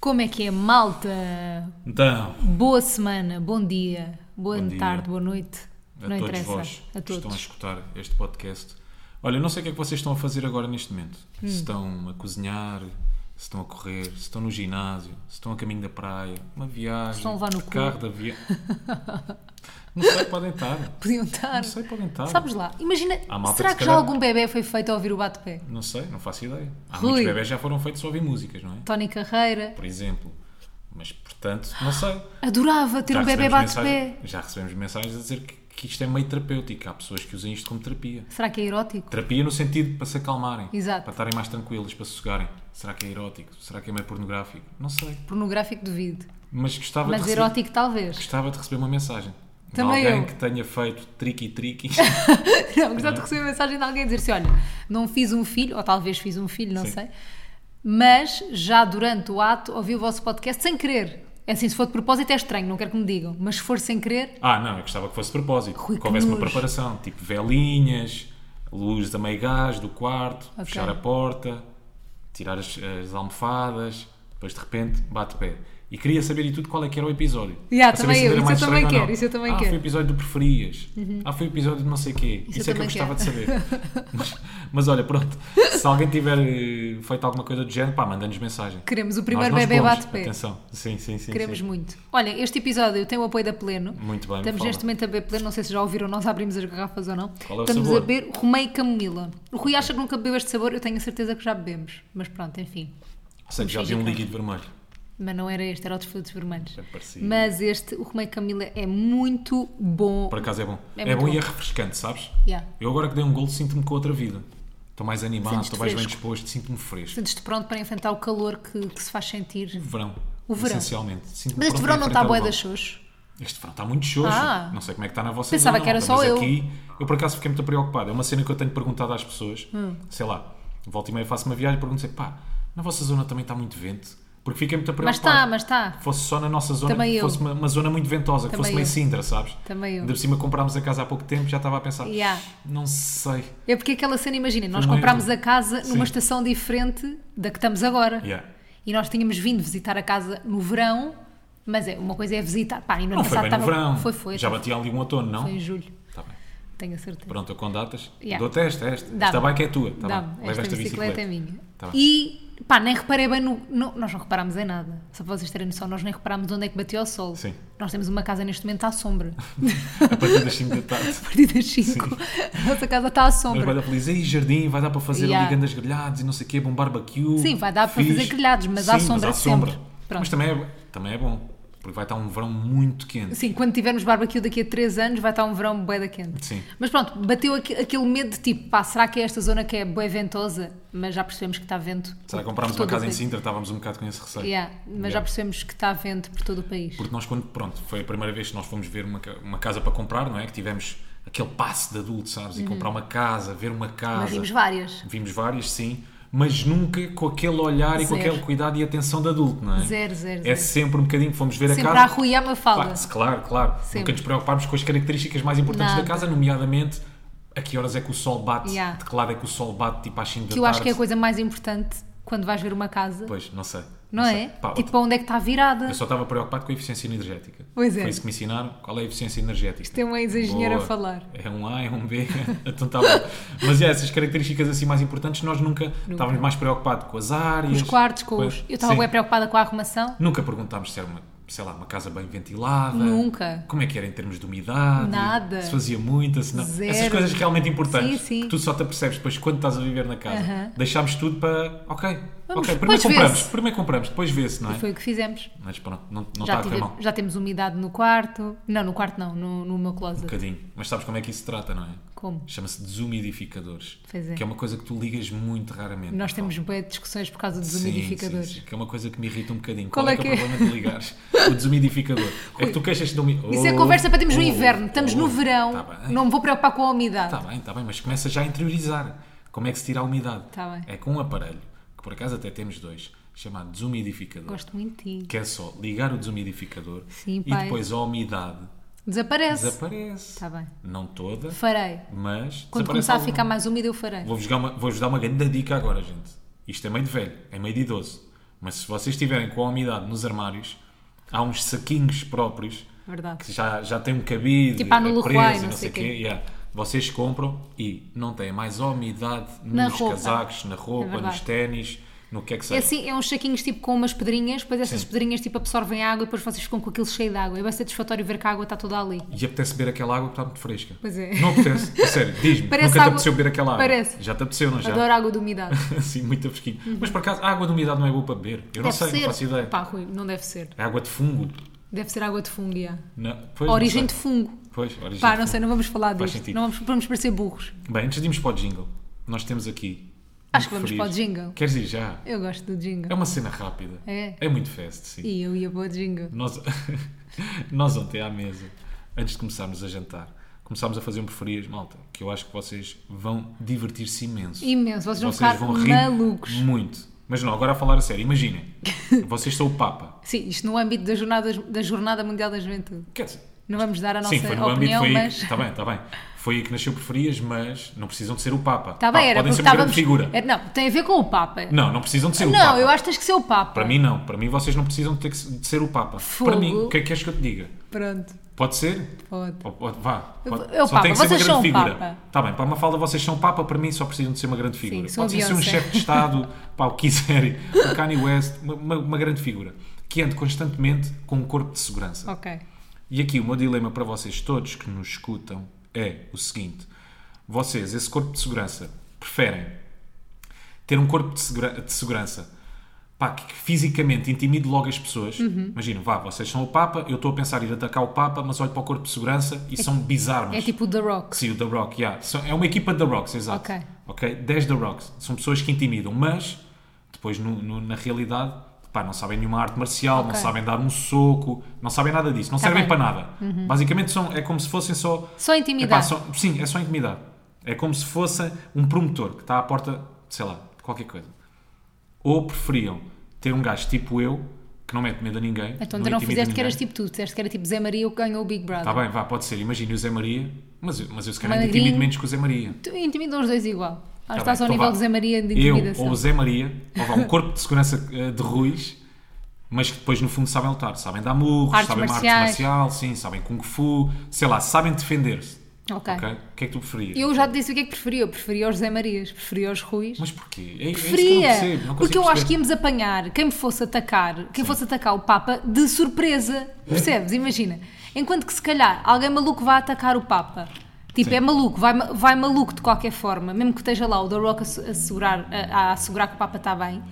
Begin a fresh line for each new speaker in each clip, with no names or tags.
Como é que é, malta?
Então,
Boa semana, bom dia, boa
Bom dia.
tarde, boa noite.
a
não
todos
interessa.
vós
a
que estão a
todos.
escutar este podcast. Olha, eu não sei o que é que vocês estão a fazer agora neste momento.
Hum.
Se estão a cozinhar, se estão a correr, se estão no ginásio, se estão a caminho da praia, uma viagem,
estão a levar no cu.
carro da via... não sei, podem estar.
Podiam estar.
Não sei, podem estar.
Sabes lá, imagina,
Há malta
será
que se
que, já
calhar-
algum bebê foi feito a ouvir o bate-pé?
Não sei, não faço ideia. Há
Rui.
muitos bebés já foram feitos só ouvir músicas, não é?
Tony Carreira,
Por exemplo. Mas, portanto, não sei.
adorava ter um bebê
recebemos
bate-pé.
mensagens- Já recebemos mensagens a dizer que, que isto é meio terapêutico. Há pessoas que usam isto como terapia.
Será que é erótico?
Terapia no sentido para se acalmarem.
Exato.
Para estarem mais tranquilos, para se sossegarem. Será que é erótico? Será que é meio pornográfico? Não sei.
Pornográfico duvido,
Mas gostava,
mas
de, receber,
erótico talvez.
gostava de receber uma mensagem.
Também
de alguém
eu.
que tenha feito triqui-triqui.
Não,
é?
gostava de receber mensagem de alguém a dizer assim, olha, não fiz um filho, ou talvez fiz um filho, não
Sim.
sei, mas já durante o ato ouvi o vosso podcast sem querer. É assim, se for de propósito é estranho, não quero que me digam, mas se for sem querer,
ah, não, eu gostava que fosse de propósito.
Rui, que
que houvesse uma
nojo.
preparação. Tipo velinhas, luz a meio gás do quarto,
Ok.
fechar a porta, tirar as, as almofadas. Depois de repente bate pé. E queria saber e tudo qual é que era o episódio.
Yeah,
Para saber
também
se
eu,
era
isso
mais
eu também
estranho ou
quero,
não.
isso eu também
ah,
quero. Uhum.
foi o episódio do preferias. Ah, foi o episódio de não sei quê.
Isso
Isso,
eu
é que eu
também
gostava de saber. mas, mas olha, pronto. Se alguém tiver eh, feito alguma coisa do género, pá, manda-nos mensagem.
Queremos o
Nós
primeiro
não
bebê
expomos.
bate-pé.
Atenção. Sim, sim, sim.
Queremos
sim.
muito. Olha, este episódio tem o apoio da Pleno.
Muito bem,
Estamos
fala.
neste momento a beber Pleno, não sei se já ouviram, nós abrimos as garrafas ou não.
Qual é o
Estamos a
sabor?
beber Romei e Camomila. O Rui acha que nunca bebeu este sabor, eu tenho a certeza que já bebemos. Mas pronto, enfim.
Sei que já vi um líquido vermelho.
Mas não era este, era outros frutos vermelhos.
Já parecia.
Mas este, o Romei e Camomila, é muito bom.
Por acaso é bom.
É
É,
muito
bom,
bom.
e é refrescante, sabes?
Yeah.
Eu agora que dei um golo sinto-me com outra vida. Estou mais animado,
Sentes-te
estou mais bem
fresco.
disposto, sinto-me fresco.
Sentes-te pronto para enfrentar o calor que, que se faz sentir.
Verão.
O verão.
Essencialmente. Sinto-me
Mas este
pronto
verão
em
não tá
frente
está
ao
boa
verão.
das shows.
Este verão está muito xoxo.
Ah.
Não sei como é que está na vossa
Pensava
zona,
que era
malta,
só
mas
eu.
aqui, eu por acaso fiquei muito preocupado. É uma cena que eu tenho perguntado às pessoas.
Hum.
Sei lá, volta e meia faço uma viagem e pergunto sempre, pá, na vossa zona também está muito vento? Porque fiquei muito preocupado.
Mas tá, está, mas está.
Que fosse só na nossa zona,
Também
que
eu.
fosse uma, uma zona muito ventosa, que
Também
fosse meio
eu.
Sintra, sabes?
Também eu.
Ainda por cima comprámos a casa há pouco tempo, já estava a pensar,
Yeah.
não sei.
É porque aquela cena, imagina, nós
uma-
comprámos a casa numa
Sim.
estação diferente da que estamos agora.
Yeah.
E nós tínhamos vindo visitar a casa no verão, mas é, uma coisa é visitar. Pá, e no ano
Não foi
passado
bem no
estava-
verão.
Foi, foi.
já
foi,
bati ali um outono, não?
Foi em julho,
Tá bem.
tenho a certeza.
Pronto, eu com datas.
Yeah.
Dou-te esta, esta.
Dá-me.
Esta bike é tua. Tá
Dá-me,
bem. Leva
esta, bicicleta, é minha.
Tá bem.
e pá, nem reparei bem no, no- Nós não reparámos em nada. Só para vocês terem noção, nós nem reparámos onde é que bateu o sol.
Sim.
Nós temos uma casa neste momento à sombra.
A partir das 5 da tarde.
A partir das 5, a nossa casa está à
Mas vai
sombra.
dar para dizer, "Ei, jardim, vai dar para fazer
Yeah.
ali grandes grelhados e não sei o quê, bom barbecue.
Sim, vai dar para
fixe."
fazer grelhados, mas há sombra sempre. Pronto.
Mas também é, também é bom, porque vai estar um verão muito quente.
Sim, quando tivermos barbecue daqui a 3 anos vai estar um verão bué da quente.
Sim.
Mas pronto, bateu aqu- aquele medo de tipo, pá, será que é esta zona que é bué ventosa? Mas já percebemos que está vento.
Será que
por-
comprámos
por todo
uma casa
o
em
país.
Sintra, estávamos um bocado com esse receio.
Yeah, mas já percebemos que está vento por todo o país.
Porque nós, quando, pronto, foi a primeira vez que nós fomos ver uma, ca- uma casa para comprar, não é? Que tivemos aquele passe de adulto, sabes? E comprar uma casa, ver uma casa.
Uhum. Mas vimos várias.
Vimos várias, sim, mas nunca com aquele olhar e com
Zero.
aquele cuidado e atenção de adulto, não é?
Zero, zero,
É
zero.
sempre um bocadinho, fomos ver
Sempre
a
à
casa.
Rui e à Mafalda.
Claro, se- claro, claro.
Sempre.
Nunca nos preocupámos com as características mais importantes
Nada.
da casa, nomeadamente a que horas é que o sol bate,
Yeah.
de que lado é que o sol bate, tipo às 5 da
Que eu
tarde.
acho que é a coisa mais importante quando vais ver uma casa,
Pois, não sei.
não,
sei.
é?
Pá,
tipo, para onde é que está virada?
Eu só estava preocupado com a eficiência energética.
Pois é.
Foi isso que me ensinaram. Qual é a eficiência energética? Isto
é um ex-engenheiro a falar.
É um A, é um B. então tá bom. Mas é, essas características assim mais importantes, nós nunca, estávamos mais preocupados com as
Os
áreas.
quartos com
a-
os. Eu estava
Sim.
bué preocupada com a arrumação.
Nunca perguntámos se era uma, sei lá, uma casa bem ventilada.
Nunca.
Como é que era em termos de umidade.
Nada.
Se fazia muita, se não.
Zero.
Essas coisas realmente importantes.
Sim, sim.
Que tu só te apercebes depois quando estás a viver na casa.
Aham.
Deixámos tudo para. Ok.
Vamos,
ok,
depois
primeiro compramos,
vê-se.
primeiro compramos, depois vê-se, não é?
Foi o que fizemos.
Mas pronto, não, não está
Já,
a correr
tive-
mal.
já temos umidade no quarto. Não, no quarto não, no, no meu
Um
closet.
bocadinho. Mas sabes como é que isso se trata, não é?
Como?
Chama-se desumidificadores.
Pois é.
Que é uma coisa que tu ligas muito raramente.
Nós
Paulo.
temos boas discussões por causa dos
Sim,
umidificadores.
sim, sim, que é uma coisa que me irrita um bocadinho.
Qual
Qual,
é
é, que
que
é o
é?
problema de ligares? o desumidificador. é que tu queixas de um...
Isso é conversa para termos no inverno. Estamos no verão.
Está Oh, tá bem,
Não me vou preocupar com a umidade.
está bem, tá bem, mas começa já a interiorizar. Como é que se tira a umidade?
Tá bem.
É com um aparelho, que por acaso até temos dois, chamado desumidificador.
Gosto muito de ti.
Que é só ligar o desumidificador
Sim,
e
pai.
depois a umidade
Desaparece.
desaparece.
Tá bem.
Não toda,
Farei.
mas
Quando
desaparece
começar a
alguma.
ficar mais úmido, eu farei.
Vou-vos dar, uma, vou-vos dar uma grande dica agora, gente. Isto é meio de velho, é meio de idoso. Mas se vocês estiverem com a umidade nos armários, há uns saquinhos próprios
Verdade.
que já, já tem um cabido,
Tipo a
é
Nuluquai,
preso e
não
não
sei
sei o quê.
quê.
yeah. Vocês compram e não têm mais umidade
Na
nos
roupa.
casacos, na
É
roupa,
verdade.
nos ténis, no que é que
É
seja.
assim, é uns saquinhos tipo com umas pedrinhas, depois essas
Sim.
pedrinhas tipo absorvem água e depois vocês ficam com aquilo cheio de água. É bem satisfatório ver que a água está toda ali.
E apetece beber aquela água que está muito fresca.
Pois é.
Não apetece. A sério, diz-me.
Parece
nunca te
água-
apeteceu beber aquela água.
Parece.
Já te apeteceu, não já?
Adoro água de umidade.
Assim, muito fresquinho. Mas por acaso, a água de umidade não é boa para beber. Eu não sei, não faço ideia.
Pá, Rui, não deve ser.
É água de fungo.
Deve ser água de fungo, yeah.
Não, pois, não
Origem
sei.
de fungo.
Pois, origem
Pá,
de
não sei, não vamos falar
Faz
disto.
sentido.
Não vamos, vamos parecer burros.
fungo. Bem, antes de irmos para o jingle, nós temos aqui.
Acho
um
que vamos
referido.
para o jingle.
Queres ir já?
Eu gosto do
É um
jingle.
uma cena rápida.
É.
muito fast, sim.
E eu ia para o jingle.
Nós, nós ontem à mesa, antes de começarmos a jantar, começámos a fazer um preferias, malta, que eu acho que vocês vão divertir-se imenso.
Imenso, vocês vão ficar
rir
malucos.
Muito. Mas não, agora a falar a sério, imaginem, vocês são o Papa.
Sim, isto no âmbito da jornada, da jornada Mundial da Juventude.
Quer dizer,
Não vamos dar a nossa
sim, foi no âmbito,
opinião,
foi Tá, aí.
mas.
Está bem, está bem. Foi aí que nasceu preferias, mas não precisam de ser o Papa.
Está Tá bem,
Pá,
era
podem
porque
ser uma grande
estávamos.
figura.
É, não, tem a ver com o Papa.
Não, não precisam de ser o
Não,
Papa.
eu acho que tens que ser o Papa.
Para mim, não. Para mim, vocês não precisam de, ter que se- de ser o Papa.
Fogo.
Para mim, o que é que queres que eu te diga?
Pronto,
Pode ser?
pode.
Ou- ou- Vá, pode-
eu,
só
Papa,
tem que ser uma
vocês
grande
são o
figura.
Papa.
Está bem, para uma falda vocês são Papa, para mim só precisam de ser uma grande figura.
sou a
Pode ser um
Beyoncé.
chefe de Estado, pá, o que quiserem, o Kanye West, uma, uma- uma grande figura, que ande constantemente com um corpo de segurança.
Ok.
E aqui o meu dilema para vocês todos que nos escutam é o seguinte: vocês, esse corpo de segurança, preferem ter um corpo de, segura- de segurança pá, que, que fisicamente intimide logo as pessoas?
Uhum.
Imagina, vá, vocês são o Papa, eu estou a pensar em ir atacar o Papa, mas olho para o corpo de segurança e são bizarros.
É tipo o The Rock.
Sim, o The Rock, yeah. São- É uma equipa de The Rocks, exato.
Ok.
Ok? 10 The Rocks. São pessoas que intimidam, mas depois no- no- na realidade pá, não sabem nenhuma arte marcial, não
Ok.
sabem dar um soco, não sabem nada disso, não
Tá
servem
bem.
para nada. Basicamente são, é como se fossem só.
Só
Epá,
intimidar.
só- sim, é só intimidar. É como se fosse um promotor que está à porta, sei lá, de qualquer coisa. Ou preferiam ter um gajo tipo eu, que não mete medo a ninguém.
Então ainda não
intimida
fizeste que
ninguém.
eras tipo tu, disseste que era tipo Zé Maria o que ganhou o Big Brother.
Está bem, vá, pode ser. Imagina o Zé Maria, mas eu, mas eu se calhar ainda
Magrinho.
intimido menos que o Zé Maria.
Tu intimidam os dois igual. Acho que
Tá
estás
bem,
ao
então
nível
vá.
de Zé Maria de
Eu
intimidação.
ou o Zé Maria, ou vá, um corpo de segurança eh, de Ruiz, mas que depois no fundo sabem lutar, sabem dar murros,
Artes
sabem uma
marciais.
arte marcial, sim, sabem Kung Fu, sei lá, sabem defender-se.
Ok.
ok? O que é que tu preferias?
Eu já te disse o que é que preferia. Eu preferia os Zé Marias, preferia os Ruis.
Mas porquê? É, é isso que eu não
preferia!
percebo, não consigo
porque eu acho
perceber.
que íamos apanhar quem me fosse atacar, quem fosse atacar o Papa de surpresa. Percebes? Imagina. Enquanto que se calhar alguém maluco vai atacar o Papa. Tipo,
Sim.
é maluco, vai, ma- vai maluco de qualquer forma, mesmo que esteja lá o The Rock a, su- a segurar, a, a assegurar que o Papa está bem,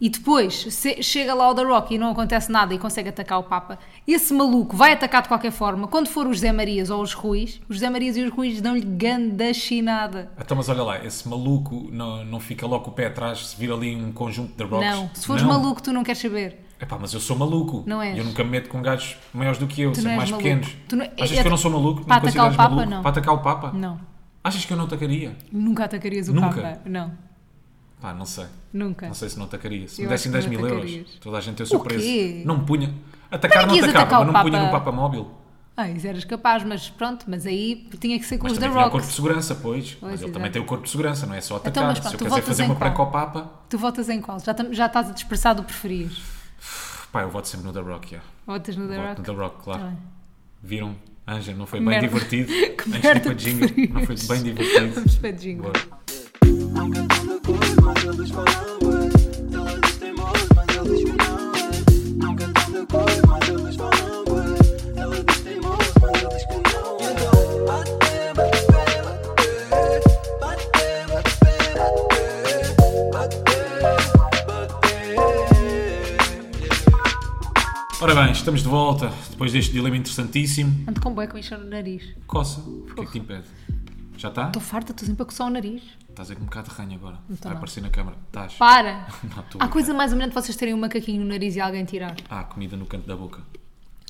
e depois se- chega lá o The Rock e não acontece nada e consegue atacar o Papa, esse maluco vai atacar de qualquer forma. Quando for os Zé Marias ou os Ruiz, os Zé Marias e os Ruiz dão-lhe ganda chinada.
Então, mas olha lá, esse maluco não, não fica logo com o pé atrás se vir ali um conjunto de rocks?
Não, se fores
Não.
maluco, tu não queres saber.
Epá, mas eu sou maluco.
Não és.
Eu nunca me meto com gajos maiores do que eu,
não
sempre
és
mais
maluco.
pequenos.
Tu não-
Achas
é-
que eu não sou maluco?
Para
não
atacar o
consideras
Papa,
maluco?
não.
Para atacar o Papa?
Não.
Achas que eu não atacaria?
Nunca atacarias o
Nunca?
Papa. Não,
Pá, não sei.
nunca.
Não sei se não atacaria. Se
Eu
me
acho
dessem
que
10
não
mil
atacarias.
euros, toda a gente é surpresa.
quê?
Não me punha. Atacar
Para
não
que ias
atacava,
atacar o
mas não me punha no
Papa?
Papa móvel.
Ah, isso eras capaz, mas pronto, mas aí tinha que ser com
Mas
os The
também tinha o
Rock.
corpo de segurança, pois.
exato.
mas ele
Então,
também tem o corpo de segurança, não é só atacar.
mas pá,
se eu
tu
quiser
votas
fazer
em
uma
qual?
pranca ao Papa,
Tu votas em qual? Já, tam- já estás a dispersar do preferias.
pá, eu voto sempre no The Rock, yeah.
Votas no The
Voto
Rock?
no The Rock, claro.
Tá bem.
Viram? Anja, não foi
Que
bem
merda.
divertido. Antes de ir
merda
para
de
jingle, não foi bem divertido.
Vamos para a jingle.
Boa.
Nunca tão de cor, mas eles falam ué. Eles têm voz, mas eles que não é. Nunca tão de cor, mas eles falam ué. Eles têm voz, mas eles que não é. Então, bate, bate, bate, bate. Bate, bate, bate, bate. Yeah.
Ora bem, estamos de volta depois deste dilema interessantíssimo.
Ando com bué com encher o nariz.
Coça, o que é que te impede? Já tá? está?
Estou farta, estou sempre a coçar o nariz.
Estás aí com um bocado de ranho agora.
Não tô
Vai
não.
aparecer na câmara. Estás.
Para!
Não, tô
Há
a brincar.
coisa mais ou menos de vocês terem um macaquinho no nariz e alguém tirar.
Ah, comida no canto da boca.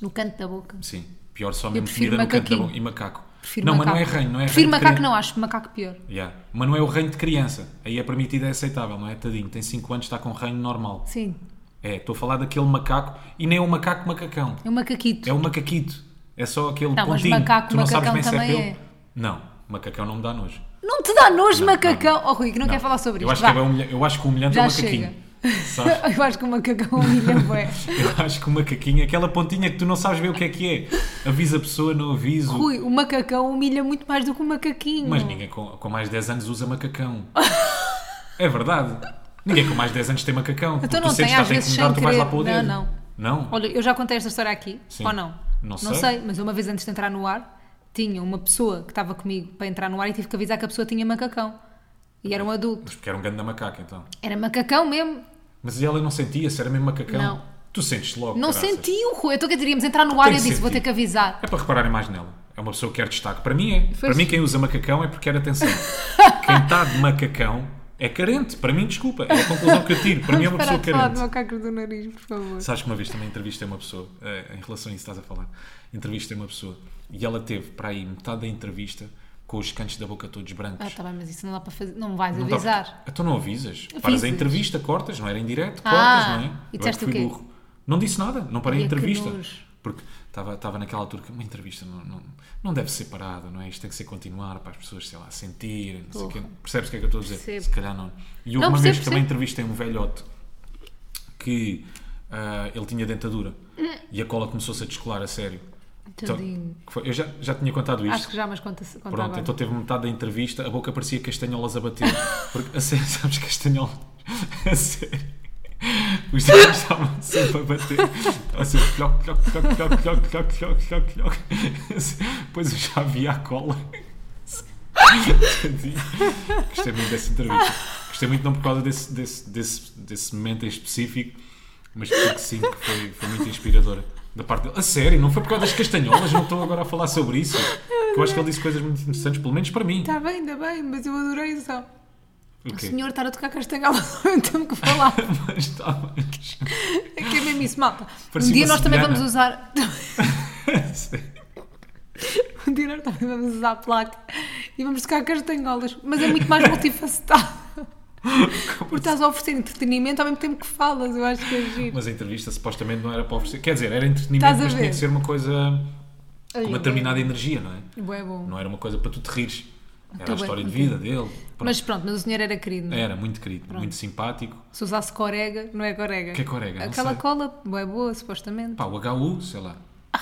No canto da boca.
Sim. Pior só mesmo
prefiro
comida no canto da
macaquinho.
boca. E macaco.
Prefiro
não,
macaco.
mas não é ranho, não é
Prefiro
ranho de
macaco,
criança.
não, acho macaco pior.
Yeah. Mas não é o ranho de criança. Aí é permitido, é aceitável, não é? Tadinho, tem 5 anos, está com ranho normal.
Sim,
É, estou a falar daquele macaco e nem é um macaco macacão.
é um macaquito.
É um macaquito. É só aquele
Não, mas
pontinho.
macaco,
tu não sabes
macacão
bem se é
também
pelo.
é.
Não, macacão não me dá nojo.
Não te dá nojo, macacão! Oh, Rui, que não, quer falar sobre
eu
isto.
Acho
Vá.
que é humilha- Eu acho que o humilhante é
Já
o macaquinho.
chega.
Sabes?
Eu acho que o macacão humilha bué.
Eu acho que o macaquinho, é aquela pontinha que tu não sabes bem o que é que é. Avisa a pessoa, não aviso.
Rui, o macacão humilha muito mais do que o macaquinho.
Mas ninguém com, com mais de 10 anos usa macacão. é verdade. Ninguém com mais de 10 anos tem macacão. Porque
Então não
tu sentes
tem, às
que estás a
vezes,
incomodar,
sem
tu vais lá para o
querer.
dedo.
Não,
Não?
Olha, eu já contei esta história aqui,
Sim.
ou não?
Não
Não
sei.
sei, mas uma vez antes de entrar no ar, tinha uma pessoa que estava comigo para entrar no ar e tive que avisar que a pessoa tinha macacão. E era um adulto.
Mas porque era um grande macaco, então.
Era macacão mesmo.
Mas ela não sentia se era mesmo macacão.
Não.
Tu sentes logo,
Não
caraças.
senti o Rui. Eu estou a dizer, íamos entrar no ar e
que
eu disse, vou ter
sentir.
que avisar.
É para repararem mais nela. É uma pessoa que quer destaque. Para mim é. Para
Pois.
mim quem usa macacão é porque quer atenção. quem está de macacão é carente. Para mim, desculpa. É a conclusão que eu tiro. Para mim é uma pessoa
de falar de
carente.
macacos do nariz, por favor.
Sabes que uma vez também entrevistei uma pessoa, eh, em relação a isso estás a falar, entrevistei uma pessoa e ela teve para aí metade da entrevista com os cantos da boca todos brancos.
Ah, tá bem, mas isso não dá para fazer. Não me vais
Não dá-
avisar.
Então não avisas. Paras a
Avisas.
entrevista, cortas, não era em direto, cortas,
Ah,
não é?
e
Eu é que
disseste o
fui
quê?
burro. Não disse nada, não parei a
Ai, é que
entrevista.
nojo.
Porque estava, estava naquela altura que uma entrevista não, não, não deve ser parada, não é? Isto tem que ser continuar para as pessoas, sei lá, sentirem, não sei o quê. Percebes o que é que eu estou a dizer?
Percebo.
Se calhar não. E houve
Não,
uma
percebo,
vez que também
percebo.
entrevistei um velhote que ah, ele tinha dentadura e a cola começou-se a descolar a sério. Então,
Hum. Tadinho.
que foi- eu já, já tinha contado isto.
Acho que já, mas conta, conta
Pronto,
agora.
então teve metade da entrevista, a boca parecia castanholas a bater. Porque, a sério, sabes castanholas? A sério. Os dedos estavam sempre a bater. Estavam sempre cloc, cloc, cloc, cloc, cloc, cloc, cloc, cloc, cloc. Depois eu já vi a cola. Tadinho. Gostei muito dessa entrevista. Gostei muito não por causa desse, desse, desse, desse momento em específico, mas porque sinto que foi, foi muito inspiradora da parte dele. A sério, não foi por causa das castanholas, não estou agora a falar sobre isso. Que eu acho que ele disse coisas muito interessantes, pelo menos para mim.
Está Tá bem, ainda bem, mas eu adorei só.
O
O
quê?
senhor estar a tocar castanhola ao mesmo tempo que falar.
Mas tá está mas-
É que é mesmo isso, malta.
Parecia
um dia
uma
nós também
cigana.
vamos usar.
a sério.
Um dia nós também vamos usar a placa e vamos tocar castanholas. Mas é muito mais multifacetado. Porque estás a oferecer entretenimento ao mesmo tempo que falas. Eu acho que é giro.
Mas a entrevista supostamente não era para oferecer. Quer dizer, era entretenimento,
Estás a
mas tinha
ver?
que ser uma coisa com uma determinada energia, não é?
Bué bom.
Não era uma coisa para tu te rires.
Estou Tá bem
Era a história de
contigo.
vida dele. Pronto.
Mas pronto, mas o senhor era querido. não é?
Era muito querido, muito simpático.
Se usasse corega, não é corega.
O que é corega? Não
Aquela
sei.
cola é boa, supostamente.
Pá, o HU, sei lá.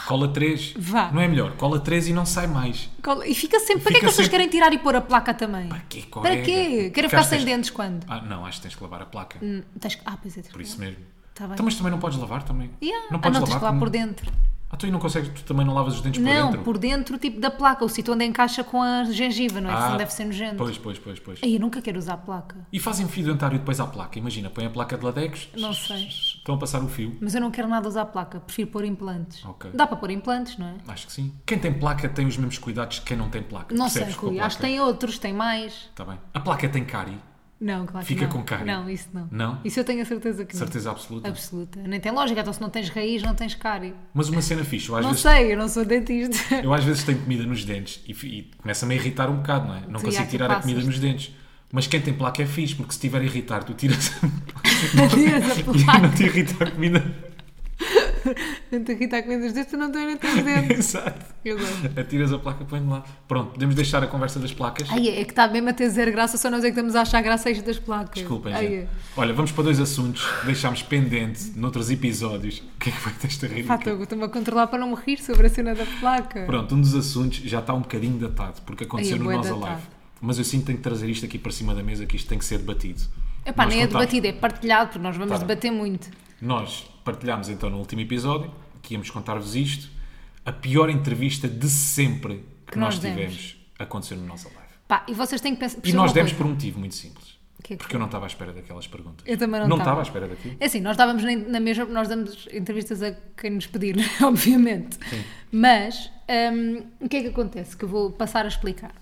Cola 3.
vá.
Não é melhor? Cola 3 e não sai mais.
Cola- E fica sempre. Para que é
Fica
que as pessoas
sempre-
querem tirar e pôr a placa também?
Para quê? Corega?
Para quê? Querem
Porque
ficar
acho que
sem
tens-
dentes quando?
Ah, não, acho que tens que lavar a placa.
Hum, tens que- Ah, pois é. tens
Por
que-
isso mesmo.
Tá bem.
Então, mas também não podes lavar também.
Yeah.
Não
Ah,
podes
não, tens
lavar
que lá
como-
por dentro.
Ah, tu e não consegues, tu também não lavas os dentes por
não,
dentro?
por dentro, tipo da placa, o sítio onde encaixa com a gengiva, não é?
Ah,
Porque senão deve ser nojento.
Pois, pois, pois, pois.
Ai, eu nunca quero usar a placa.
E fazem fio dentário depois à placa. Imagina, põem a placa de latex.
Não sei.
Estão a passar o fio.
Mas eu não quero nada usar a placa, prefiro pôr implantes.
Ok.
Dá para pôr implantes, não é?
Acho que sim. Quem tem placa tem os mesmos cuidados que quem não tem placa.
Não sei,
Percebes? Com a
Rui. Acho que
placa.
tem outros, tem mais.
Tá bem. A placa tem cárie.
Não, claro
Fica
que não.
com cárie.
Não, isso não.
Não?
Isso eu tenho a certeza que
Certeza absoluta.
não. Absoluta. Nem tem lógica, então se não tens raiz, não tens cárie.
Mas uma cena fixe. Eu às
não
vezes
sei, eu não sou dentista.
Eu às vezes tenho comida nos dentes e, fi- e começa-me a irritar um bocado, não é? Não
Tu já
consigo
que
tirar a comida
passas.
nos dentes. Mas quem tem placa é fixe, porque se estiver a irritar, tu tiras a
Tiras a
e não
placa.
te irrita a comida.
Não te irrita a comida dos dentes, tu não tens nem teus dentes.
Exato.
Eu gosto.
Atiras a placa, põe lá. Pronto, podemos deixar a conversa das placas.
Ai, é que está mesmo a ter zero graça, só nós é que estamos a achar graça a isto das placas.
Desculpem,
Ai,
gente.
é.
Olha, vamos para dois assuntos que deixámos pendente noutros episódios. O que é que foi desta
Pá,
ridícula?
estou- estou-me a controlar para não me rir sobre a cena da placa.
Pronto, um dos assuntos já está um bocadinho datado, porque aconteceu
Ai, é
no
bué
Nós
datado.
Alive. Mas eu sinto que tenho que trazer isto aqui para cima da mesa, que isto tem que ser debatido.
Epá,
Nós
nem é
contámos-
debatido, é partilhado, porque nós vamos
Tá bem.
debater muito.
Nós partilhámos então no último episódio que íamos contar-vos isto. A pior entrevista de sempre que,
Que
nós,
nós
tivemos aconteceu no nosso live.
Pá, e vocês têm que pensar.
E
perceber
nós
uma
demos
coisa.
por um motivo muito simples.
Que é que
Porque eu não estava à espera daquelas perguntas.
Eu também não
Não
estava.
estava à espera daquilo.
É assim, nós estávamos na, na mesma, nós damos entrevistas a quem nos pedir, obviamente. Mas hum, o que é que acontece? Que eu vou passar a explicar.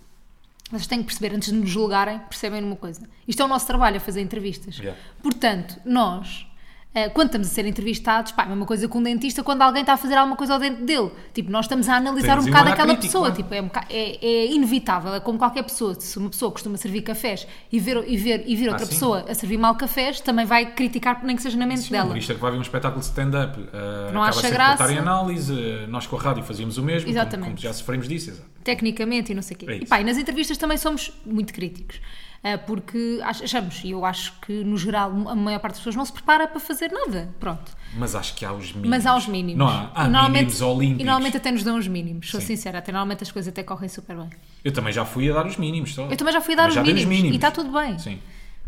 Vocês têm que perceber, antes de nos julgarem, percebem uma coisa. Isto é o nosso trabalho, a fazer entrevistas.
Yeah.
Portanto, nós, eh, quando estamos a ser entrevistados, pá, é a mesma coisa que um dentista quando alguém está a fazer alguma coisa ao dente dele. Tipo, nós estamos a analisar
Temos
um bocado
um olhar
aquela
crítico,
pessoa.
claro.
Tipo, é, um boca- é- é inevitável, é como qualquer pessoa. Se uma pessoa costuma servir cafés e ver, e ver, e ver outra
Ah, sim.
pessoa a servir mal cafés, também vai criticar, nem que seja na mente
Sim, um
dela.
humorista que vai ver um espetáculo de stand-up. ah,
não
acaba
acha
sempre
graça.
por estar em análise. ah, nós com a rádio fazíamos o mesmo. como-
Exatamente.
Como, já sofremos disso. exato.
tecnicamente e não sei o quê.
É
e,
isso.
pá, e nas entrevistas também somos muito críticos. Ah, Porque ach- achamos, e eu acho que no geral a maior parte das pessoas não se prepara para fazer nada. Pronto.
Mas acho que há os mínimos.
Mas há os mínimos.
Não há,
E
há
normalmente-
mínimos olímpicos.
E normalmente até nos dão os mínimos, sou
Sim.
sincera. Até normalmente as coisas até correm super bem.
Eu também já fui a dar os mínimos. Só.
Eu também já fui dar
Mas
os
dei
mínimos, e está tudo bem.
Sim.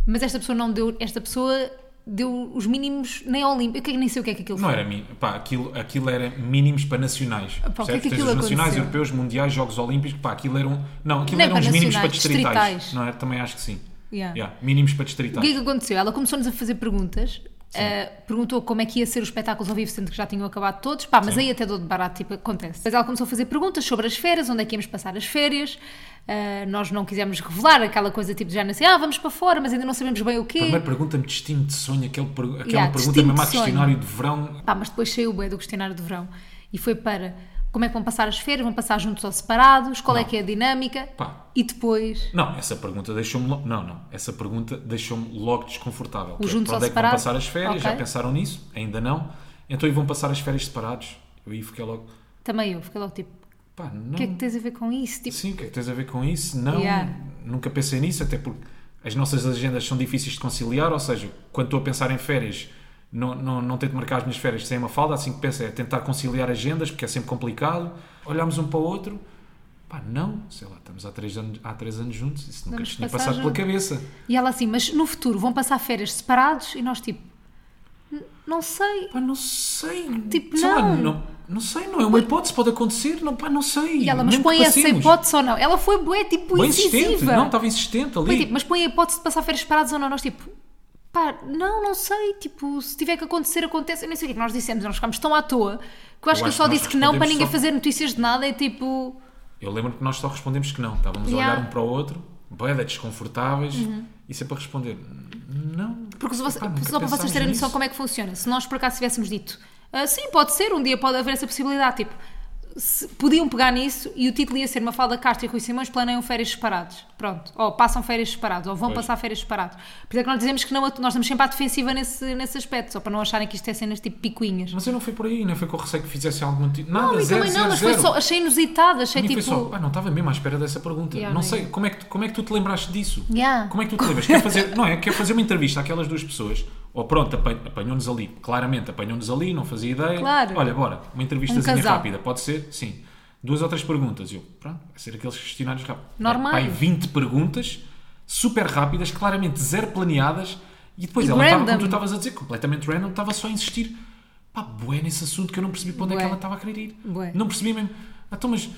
Mas esta pessoa não deu, esta pessoa deu os mínimos nem ao Olímpico. Eu que- nem sei o que é que aquilo
Não
foi.
era mínimo. Pá, aquilo, aquilo era mínimos para nacionais.
Pá, o que é
percebes?
que
Tens
aquilo
os nacionais,
aconteceu?
europeus, mundiais, Jogos Olímpicos. Pá, aquilo eram. Não, aquilo
Não é
eram
para
os mínimos para
nacionais,
distritais.
distritais.
Não era? Também acho que sim.
Yeah.
Yeah, Mínimos para
O
distritais.
que é que aconteceu? Ela começou-nos a fazer perguntas. ah, perguntou como é que ia ser os espetáculos ao vivo, sendo que já tinham acabado todos. Pá, mas
Sim.
aí até dou de barato, tipo, acontece. Mas ela começou a fazer perguntas sobre as férias, onde é que íamos passar as férias. Ah, nós não quisemos revelar aquela coisa tipo de já não sei, ah, vamos para fora, mas ainda não sabemos bem o quê.
Primeiro pergunta-me destino de sonho, aquele, per- aquela
Yeah,
pergunta
destino
mesmo
de
a
sonho.
questionário de verão.
Pá, mas depois saiu bem do questionário de verão e foi para como é que vão passar as férias, vão passar juntos ou separados, qual é
Não.
que é a dinâmica
Pá.
e depois
Não, essa pergunta deixou-me logo. Não, não. Essa pergunta deixou-me logo desconfortável. Que é,
juntos
para onde
ou
é que vão
separados?
passar as férias? Já
Ok.
pensaram nisso? Ainda não? Então e vão passar as férias separados? Eu aí fiquei logo.
também eu fiquei logo tipo, o
Pá, não.
que é que tens a ver com isso? Tipo,
Sim, o que é que tens a ver com isso? Não,
Yeah.
nunca pensei nisso, até porque as nossas agendas são difíceis de conciliar, ou seja, quando estou a pensar em férias, não, não, não tento marcar as minhas férias sem uma falda, assim que penso é tentar conciliar agendas, porque é sempre complicado, olhamos um para o outro, pá, não, sei lá, estamos há três anos, há três anos juntos, isso nunca
Vamos
nos tinha
passar
passado pela
juntos.
cabeça.
e ela assim, mas no futuro vão passar férias separados e nós tipo, "N- não sei.
Pá, não sei,
Tipo,
sei lá,
não.
não, não sei, não é uma hipótese, pode acontecer, não, pá, não sei.
E ela, mas
mesmo que
põe essa
passemos.
hipótese ou não? Ela foi bué, tipo,
Bem insistente,
incisiva.
não, estava insistente ali.
Foi tipo, mas põe a hipótese de passar férias separadas ou não? Nós tipo, pá, não, não sei. Tipo, se tiver que acontecer, acontece. Eu nem sei o que é que nós dissemos, nós ficámos tão à toa que eu acho
Eu
que eu
acho
só
que nós
disse que não para
respondemos
ninguém
só-
fazer notícias de nada. É tipo,
Eu lembro que nós só respondemos que não. Estávamos
Yeah. Uhum.
a olhar um para o outro, boeda, desconfortáveis, e sempre a responder não.
porque se você-
Epá, nunca
só para vocês
pensámos
terem noção
nisso.
como é que funciona, se nós por acaso tivéssemos dito, "Ah, sim, pode ser, um dia pode haver essa possibilidade, tipo, se- podiam pegar nisso e o título ia ser Mafalda Castro e Rui Simões planeiam férias separados. Pronto. Ou passam férias separados, ou vão
Pois.
passar férias separados. Por isso é que nós dizemos que não, a- nós estamos sempre à defensiva nesse, nesse aspecto, só para não acharem que isto é cenas tipo picuinhas.
Mas eu não fui por aí, não foi com receio que fizessem algum tipo. Nada,
Não, e
zero,
também
zero,
não, mas
zero.
foi só, achei inusitado,
A
achei
mim
tipo.
foi só, pá, não estava mesmo à espera dessa pergunta.
Yeah,
não
não é?
sei, como é, que tu, como é que tu te lembraste disso?
Yeah.
Como é que tu te lembras? Quer fazer, não é? Quer fazer uma entrevista àquelas duas pessoas? Ou pronto, apan- apanhou-nos ali. Claramente, apanhou-nos ali, não fazia ideia.
Claro.
Olha, bora, uma entrevistazinha
Um casal.
rápida, pode ser? Sim. Duas ou três perguntas. Eu, pronto, vai ser aqueles questionários rápidos. É,
Normais.
Pai, 20 perguntas, super rápidas, claramente zero planeadas. E depois
E
ela estava, como
random.
tu estavas a dizer, completamente random, estava só a insistir. Pá, bué nesse assunto que eu não percebi para onde é
Bué.
que ela estava a querer ir.
Bué.
Não percebi mesmo. Ah, Então, mas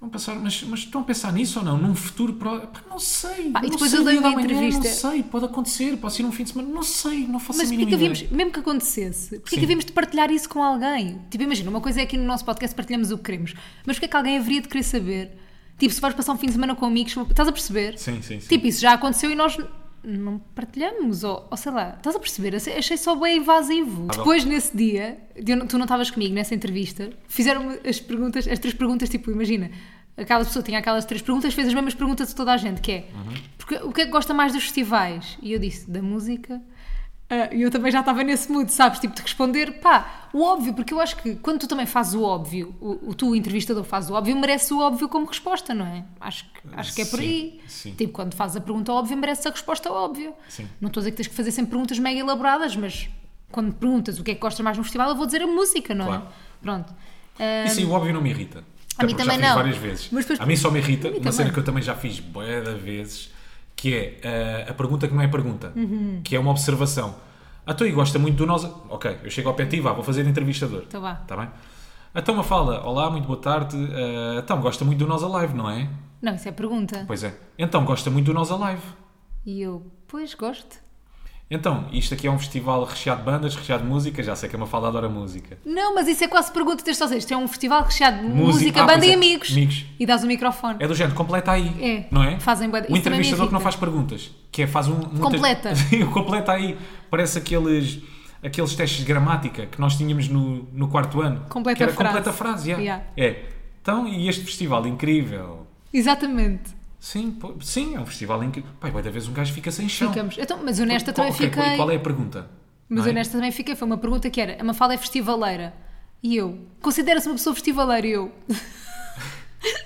Vão passar, mas, mas estão a pensar nisso ou não? Num futuro pro... Pá, não sei.
e
não
depois
sei,
eu dei
dia da
uma
manhã,
entrevista.
Não sei, pode acontecer, pode ser um fim de semana, não sei, não faço
Mas porquê
a mínima
que havíamos,
ideia.
mesmo que acontecesse, porquê que
Sim.
havíamos de partilhar isso com alguém? Tipo, imagina, uma coisa é que no nosso podcast partilhamos o que queremos, mas porquê que alguém haveria de querer saber? Tipo, se vais passar um fim de semana com amigos, estás a perceber?
Sim, sim, sim.
Tipo, isso já aconteceu e nós n- não partilhamos, ou, ou sei lá, estás a perceber? Achei achei só bem invasivo.
Ah, bom.
Depois, nesse dia, de eu não- tu não estavas comigo nessa entrevista, fizeram-me as perguntas, as três perguntas, tipo, imagina, aquela pessoa tinha aquelas três perguntas, fez as mesmas perguntas de toda a gente, que é,
Uhum.
porque, o que é que gosta mais dos festivais? E eu disse, da música... Ah, E eu também já estava nesse mood, sabes? Tipo, de responder, pá, o óbvio, porque eu acho que quando tu também fazes o óbvio, o, o tu, o entrevistador, faz o óbvio, merece o óbvio como resposta, não é? Acho que, acho que é por
Sim,
aí.
sim.
Tipo, quando fazes a pergunta óbvia, merece a resposta óbvia.
Sim.
Não estou a dizer que tens que fazer sempre perguntas mega elaboradas, mas quando me perguntas o que é que gostas mais no festival, eu vou dizer a música, não
Claro.
é? Pronto. Ah,
Isso aí, o óbvio não me irrita. Até
mim
porque
também
já fiz
não.
várias vezes.
Mas depois-
A mim só me irrita
A mim
uma cena
também.
que eu também já fiz bué de vezes, que é ah, a pergunta que não é pergunta,
Uhum.
que é uma observação. Ah, tu e gosta muito do nós. Ok, eu chego ao pé de ti, vá, vou fazer de entrevistador.
Então vá.
Tá bem? Então, uma fala, olá, muito boa tarde. ah, então, gosta muito do Nós Alive, não é?
Não, isso é pergunta.
Pois é. Então, gosta muito do Nós Alive.
E eu, pois, gosto.
Então, isto aqui é um festival recheado de bandas, recheado de música, já sei que é uma fala adora música.
Não, mas isso é quase pergunta. Tens só a dizer, isto é um festival recheado de
Música-
música,
Ah,
banda
pois
e
é.
amigos.
Amigos.
E dás o microfone.
É do género, completa aí,
É.
não é?
Fazem bué- isso
O
também me
entrevistador que não
irrita.
faz perguntas, que é faz um... muitas-
Completa.
Sim, o completa aí. Parece aqueles, aqueles testes de gramática que nós tínhamos no, no quarto ano.
Completa
que era
a frase.
completa a frase, yeah.
Yeah.
é. Então, e este festival incrível?
Exatamente.
Sim, pô- sim, é um festival incrível. Pai, vai da vez um gajo fica sem chão.
Ficamos. Então, mas eu nesta também
Ok,
fiquei.
E qual é a pergunta?
Mas
Não
eu
é?
nesta também fiquei. Foi uma pergunta que era: a Mafalda é festivaleira? E eu, considera-se uma pessoa festivaleira? E eu,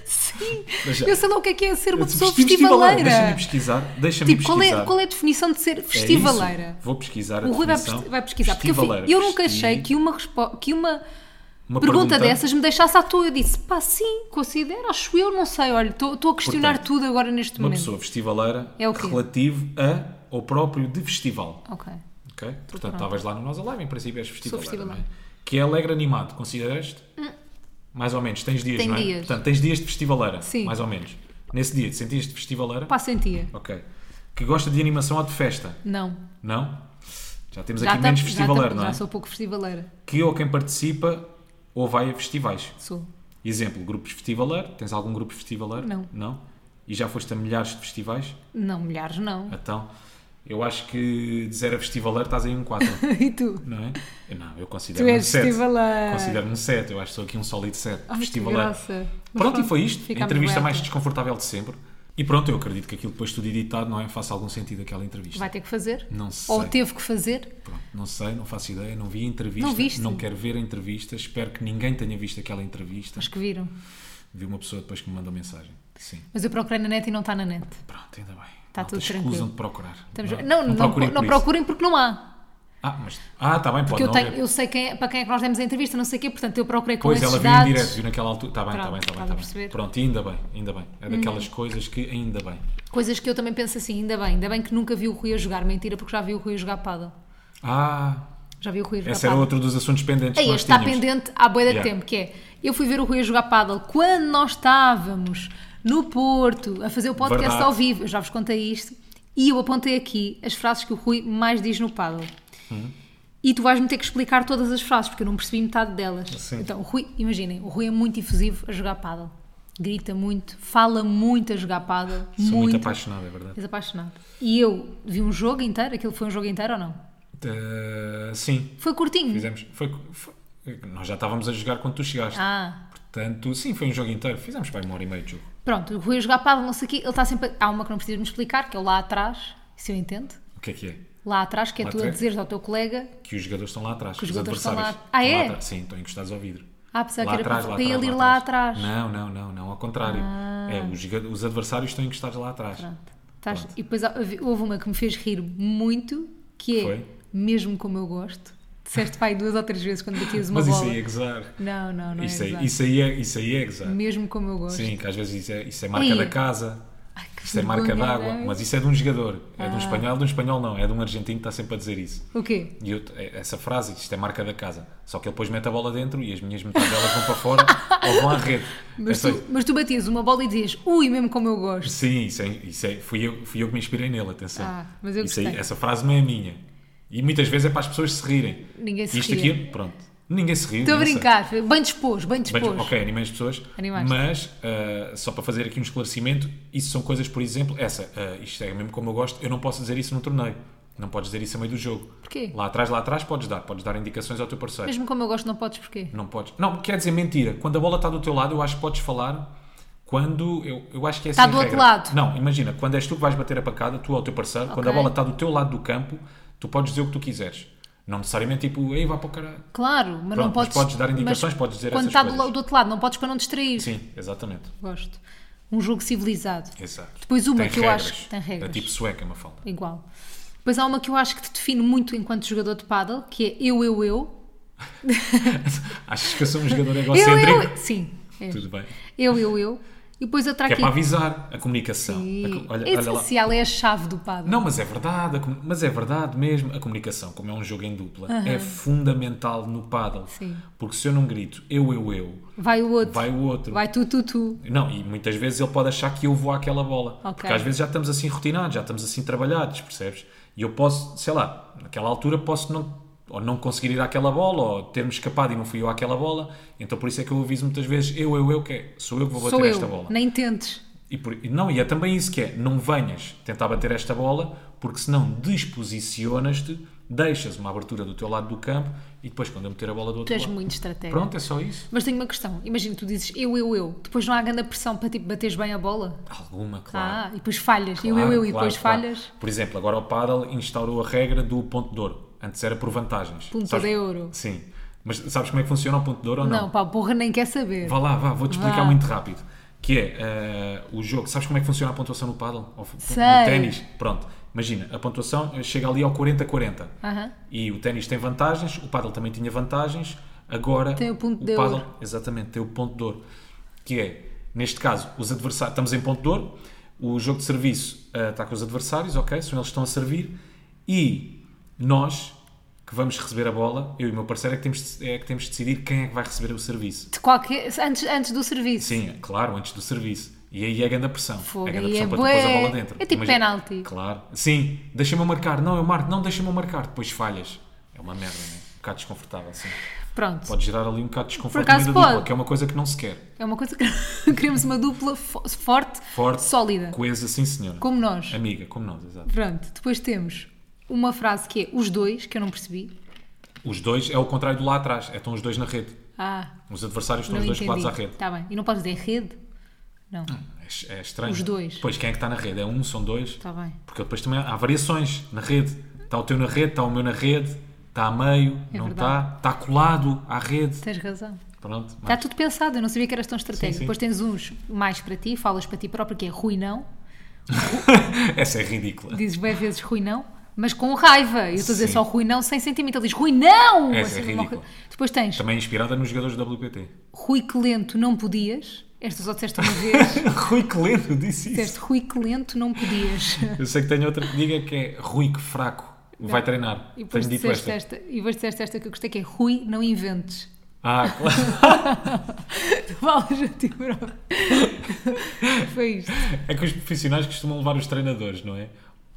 sim.
Mas já-
Eu sei lá o que é que é ser uma pessoa
Festi- festivaleira.
festivaleira.
Deixa-me pesquisar. Deixa-me
Tipo, qual
pesquisar.
é, qual é a definição de ser
É isso.
festivaleira?
Vou pesquisar. a
o Rui vai,
definição.
pes- vai pesquisar. Porque eu, fi-
Festivaleira.
eu nunca
Festi-
achei que uma, respo- que uma
uma
pergunta, dessas me deixasse à toa. Eu disse, pá, sim, considero, acho eu, não sei. Olha, estou a questionar
Portanto,
tudo agora neste
Uma
momento.
pessoa festivaleira
É o quê?
relativo a ou próprio de festival.
Ok.
Ok?
Então
Portanto, estavas lá no Nós Alive, em princípio és festival.
festivaleira.
Que é alegre animado, consideraste? Mais ou menos, tens dias,
Tem
não é?
Hum. dias.
Portanto, tens dias de festivaleira,
Sim.
mais ou menos. Nesse dia, te sentiste festivaleira?
Pá, sentia.
Ok. Que gosta de animação ou de festa?
Não.
Não? Já temos
Já
aqui menos
tam- já
festivaleiro,
tam-
não é?
Já sou pouco festivaleira.
Que ou quem participa ou vai a festivais.
Sou.
Exemplo, grupos festivaleiros. Tens algum grupo festivaleiro?
Não.
Não? E já foste a milhares de festivais?
Não, milhares não.
Então, eu acho que de 0 a festivaleiro estás aí um 4,
e tu?
não é? Eu Não, eu considero
Tu és
um 7.
festivaleiro.
Considero um 7, eu acho que sou aqui um sólido 7.
Ai, que graça. Mas
Pronto, e foi isto.
fica
A entrevista
aberta.
mais desconfortável de sempre. E pronto, eu acredito que aquilo depois tudo editado, não é? Faça algum sentido aquela entrevista.
Vai ter que fazer?
Não sei.
Ou teve que fazer?
Pronto, não sei, não faço ideia, não vi a entrevista,
Não viste?
quero ver a entrevista, espero que ninguém tenha visto aquela entrevista.
Acho que viram.
Vi uma pessoa depois que me mandou mensagem. Sim,
Mas eu procurei na net e não está na net.
pronto, ainda bem.
Tá
Malta,
tudo
escusam
tranquilo.
de procurar.
Estamos- Não, não, não,
é? procurem por isso.
procurem porque não há.
Ah, mas. Ah, está bem, pode
Porque eu,
não
tenho,
haver.
eu sei quem é- para quem é que nós demos a entrevista, não sei o quê, portanto eu procurei com
Pois
esses
ela viu
dados.
em direto, viu naquela altura. Está bem, está
Pronto,
bem, está bem.
estava
Tá
a
bem.
perceber.
Pronto, e ainda bem, ainda bem. É daquelas coisas que ainda bem.
Coisas que eu também penso assim, ainda bem, ainda bem que nunca vi o Rui a jogar. Mentira, porque já vi o Rui a jogar paddle.
Ah,
Já vi o Rui a jogar
esse era
paddle.
outro dos assuntos pendentes
É,
que
este
nós
está
tínhamos.
pendente há boia de
Yeah.
tempo, que é, eu fui ver o Rui a jogar paddle quando nós estávamos no Porto a fazer o podcast
Verdade.
ao vivo, eu já vos contei isto, e eu apontei aqui as frases que o Rui mais diz no paddle.
Hum.
E tu vais-me ter que explicar todas as frases, porque eu não percebi metade delas.
Sim.
Então, o Rui, imaginem, o Rui é muito efusivo a jogar paddle. Grita muito, fala muito a jogar paddle.
Sou muito
muito
apaixonado, é verdade.
És apaixonado. E eu vi um jogo inteiro, aquilo foi um jogo inteiro ou não?
Eh, sim,
Foi curtinho.
fizemos. Foi, foi- nós já estávamos a jogar quando tu chegaste.
Ah,
Portanto, sim, foi um jogo inteiro. Fizemos para uma hora e meia de jogo.
Pronto, o Rui a jogar paddle, não sei o quê, ele está sempre. a- Há uma que não precisas me explicar, que é o lá atrás, se eu entendo.
O que é que é?
Lá atrás, que é
Lá
tu a
atrás?
dizeres ao teu colega.
Que os jogadores estão lá atrás.
os jogadores estão
adversários.
lá- Ah, é?
atrás. Sim, estão encostados ao vidro.
Ah, pensava
Lá
que era
atrás,
para,
lá
para
atrás,
ele ir
lá
lá
atrás.
atrás. Ah.
Não, não, não, não, ao contrário. É, os, joga- os adversários estão encostados lá atrás.
Estás- E depois há- houve houve uma que me fez rir muito, que é
Foi?
mesmo como eu gosto. Disseste pai duas ou três vezes quando batias uma
Mas
bola.
isso aí é gozar.
Não, não, não
Isso
é.
aí,
gozar.
isso aí é, isso aí é gozar.
Mesmo como eu gosto.
Sim, que às vezes isso é, isso é marca
Ei.
da casa,
Ai, que
isso é marca
vergonha, Ah.
d'água,
não é?
mas isso é de um jogador. É de um espanhol, de um espanhol não, é de um argentino que está sempre a dizer isso.
O quê?
E eu, é- essa frase, isto é marca da casa. Só que ele depois mete a bola dentro e as minhas metades delas vão para fora ou vão à rede. Então,
Mas
Essa-
tu, mas tu batias uma bola e dizias, ui, mesmo como eu gosto.
Sim, isso é, isso é- fui, eu, fui eu que me inspirei nele, atenção.
Ah, mas eu
Isso aí-
gostei.
essa frase não é minha. E muitas vezes é para as pessoas se rirem.
Ninguém se
Isto
ria.
aqui, pronto. Ninguém se riu.
Estou a
ninguém
brincar, bem dispôs, bem
sabe.
dispôs.
Mas, ok, animei as pessoas.
Animaste.
Mas, ah, só para fazer aqui um esclarecimento, isso são coisas, por exemplo, essa, ah, isto é mesmo como eu gosto, eu não posso dizer isso num torneio. Não podes dizer isso a meio do jogo.
Porquê?
Lá atrás, lá atrás podes dar. Podes dar indicações ao teu parceiro.
Mesmo como eu gosto, não podes porquê?
Não podes. Não, quer dizer mentira. Quando a bola está do teu lado, eu acho que podes falar. Quando. Eu, eu acho que é
Está
assim a
do outro
regra.
lado.
Não, imagina, quando és tu que vais bater a pacada, tu ou o teu parceiro, quando a
Ok.
bola está do teu lado do campo, tu podes dizer o que tu quiseres. Não necessariamente tipo, ei, vá para o caralho.
Claro, mas
Pronto,
não
mas
podes.
podes dar
mas
indicações, podes dizer
Quando
essas
está do,
coisas.
lado- do outro lado, não podes para não distrair.
Sim, exatamente.
Gosto. Um jogo civilizado.
Exato.
Depois uma
Tem
que eu
regras.
acho. Tem regras.
É tipo sueca, uma falda.
Igual. Depois há uma que eu acho que te define muito enquanto jogador de paddle, que é eu, eu, eu.
Achas que eu sou um jogador
Eu,
egocêntrico?
eu, eu. Sim. é.
Tudo bem.
Eu, eu, eu. E depois outra
Que é
aqui.
para avisar a comunicação.
E-
A co- olha-
é
olha lá.
essencial, é a chave do paddle.
Não, mas é verdade, a comu- mas é verdade mesmo. A comunicação, como é um jogo em dupla, é fundamental no paddle.
Sim.
Porque se eu não grito eu, eu, eu,
Vai o outro.
vai o outro.
Vai tu, tu, tu.
Não, e muitas vezes ele pode achar que eu vou àquela bola.
Ok.
Porque às vezes já estamos assim rotinados, já estamos assim trabalhados, percebes? E eu posso, sei lá, naquela altura posso não, ou não conseguir ir àquela bola, ou ter-me escapado e não fui eu àquela bola. Então por isso é que eu aviso muitas vezes eu, eu, eu, que é, sou eu que vou bater
Sou eu.
esta bola.
Nem tentes.
E por- e não, e é também isso que é, não venhas tentar bater esta bola, porque senão desposicionas-te, deixas uma abertura do teu lado do campo e depois quando eu meter a bola do
Tu
outro
és
lado...
muito estratégico.
Pronto, é só isso.
Mas tenho uma questão. Imagina, tu dizes eu, eu, eu. Depois não há grande pressão para tipo bateres bem a bola?
Alguma, claro.
Ah, e depois falhas. eu, eu,
Claro,
eu. E
claro,
depois
claro.
falhas.
Por exemplo, agora o Paddle instaurou a regra do ponto de ouro. Antes era por vantagens.
Ponto de ouro.
Sim. Mas sabes como é que funciona o ponto de ouro ou
Não, pá, porra, nem quer saber.
Vá lá, vá, vou-te explicar
Vá.
muito rápido. que é eh, o jogo. Sabes como é que funciona a pontuação no paddle? Ou f-
Sei.
No ténis? Pronto. Imagina, a pontuação eh, chega ali ao 40-40.
Aham.
E o ténis tem vantagens, o paddle também tinha vantagens. Agora.
Tem o ponto de
paddle-
ouro.
Exatamente, tem o ponto de ouro. Que é, neste caso, os adversários. Estamos em ponto de ouro. O jogo de serviço eh, está com os adversários, ok? São eles que estão a servir. E nós, que vamos receber a bola, eu e o meu parceiro, é que temos de, é que temos de decidir quem é que vai receber o serviço.
De qualquer, antes, antes do serviço.
Sim, claro, antes do serviço. E aí é a grande pressão.
Fogo,
é a grande
aí
pressão
é
para tu pôs a
bué.
bola dentro.
É tipo
Imagina-
penalti.
Claro. Sim, deixa-me eu marcar. Não, eu marco. Não, deixa-me eu marcar. Depois falhas. É uma merda, né? Um bocado desconfortável, sim.
Pronto.
Pode gerar ali um bocado de desconforto
Por acaso
no meio da dupla,
pode.
que é uma coisa que não se quer.
É uma coisa que queremos uma dupla fo- forte,
Forte, É
sólida.
coesa, sim senhora.
Como nós.
Amiga, como nós, exato.
Pronto, depois temos uma frase que é os dois, que eu não percebi.
Os dois, é o contrário do lá atrás. É, estão os dois na rede.
Ah,
Os adversários estão
não
os dois
entendi.
colados à rede.
Está bem. E não podes dizer rede? Não,
É, é estranho.
Os dois.
Pois, quem é que está na rede? É um, são dois?
está Tá bem.
Porque depois também há variações na rede. Está o teu na rede, está o meu na rede, está a meio,
É
não
verdade. Tá.
está, está colado à rede.
Tens razão.
Pronto.
Está tudo pensado, eu não sabia que eras tão estratégico.
sim.
Depois tens uns mais para ti, falas para ti próprio, que é Rui não.
Essa é ridícula.
Dizes bem vezes Rui não, mas com raiva. Eu estou a dizer
Sim.
só Rui não sem sentimento. Ele diz Rui não!
Essa é
Assim, uma
ridícula.
coisa- Depois tens
Também inspirada nos jogadores do WPT.
Rui que lento não podias. Esta só disseste uma vez.
Rui que lento disse isso.
disseste Rui que lento não podias.
Eu sei que tenho outra que diga que é Rui que fraco, vai treinar.
E
Tenho
depois,
dito
disseste
esta.
esta. e depois disseste esta que eu gostei, que é Rui, não inventes.
Ah, claro.
Tu falas a ti próprio. Foi isto.
É que os profissionais costumam levar os treinadores, não é?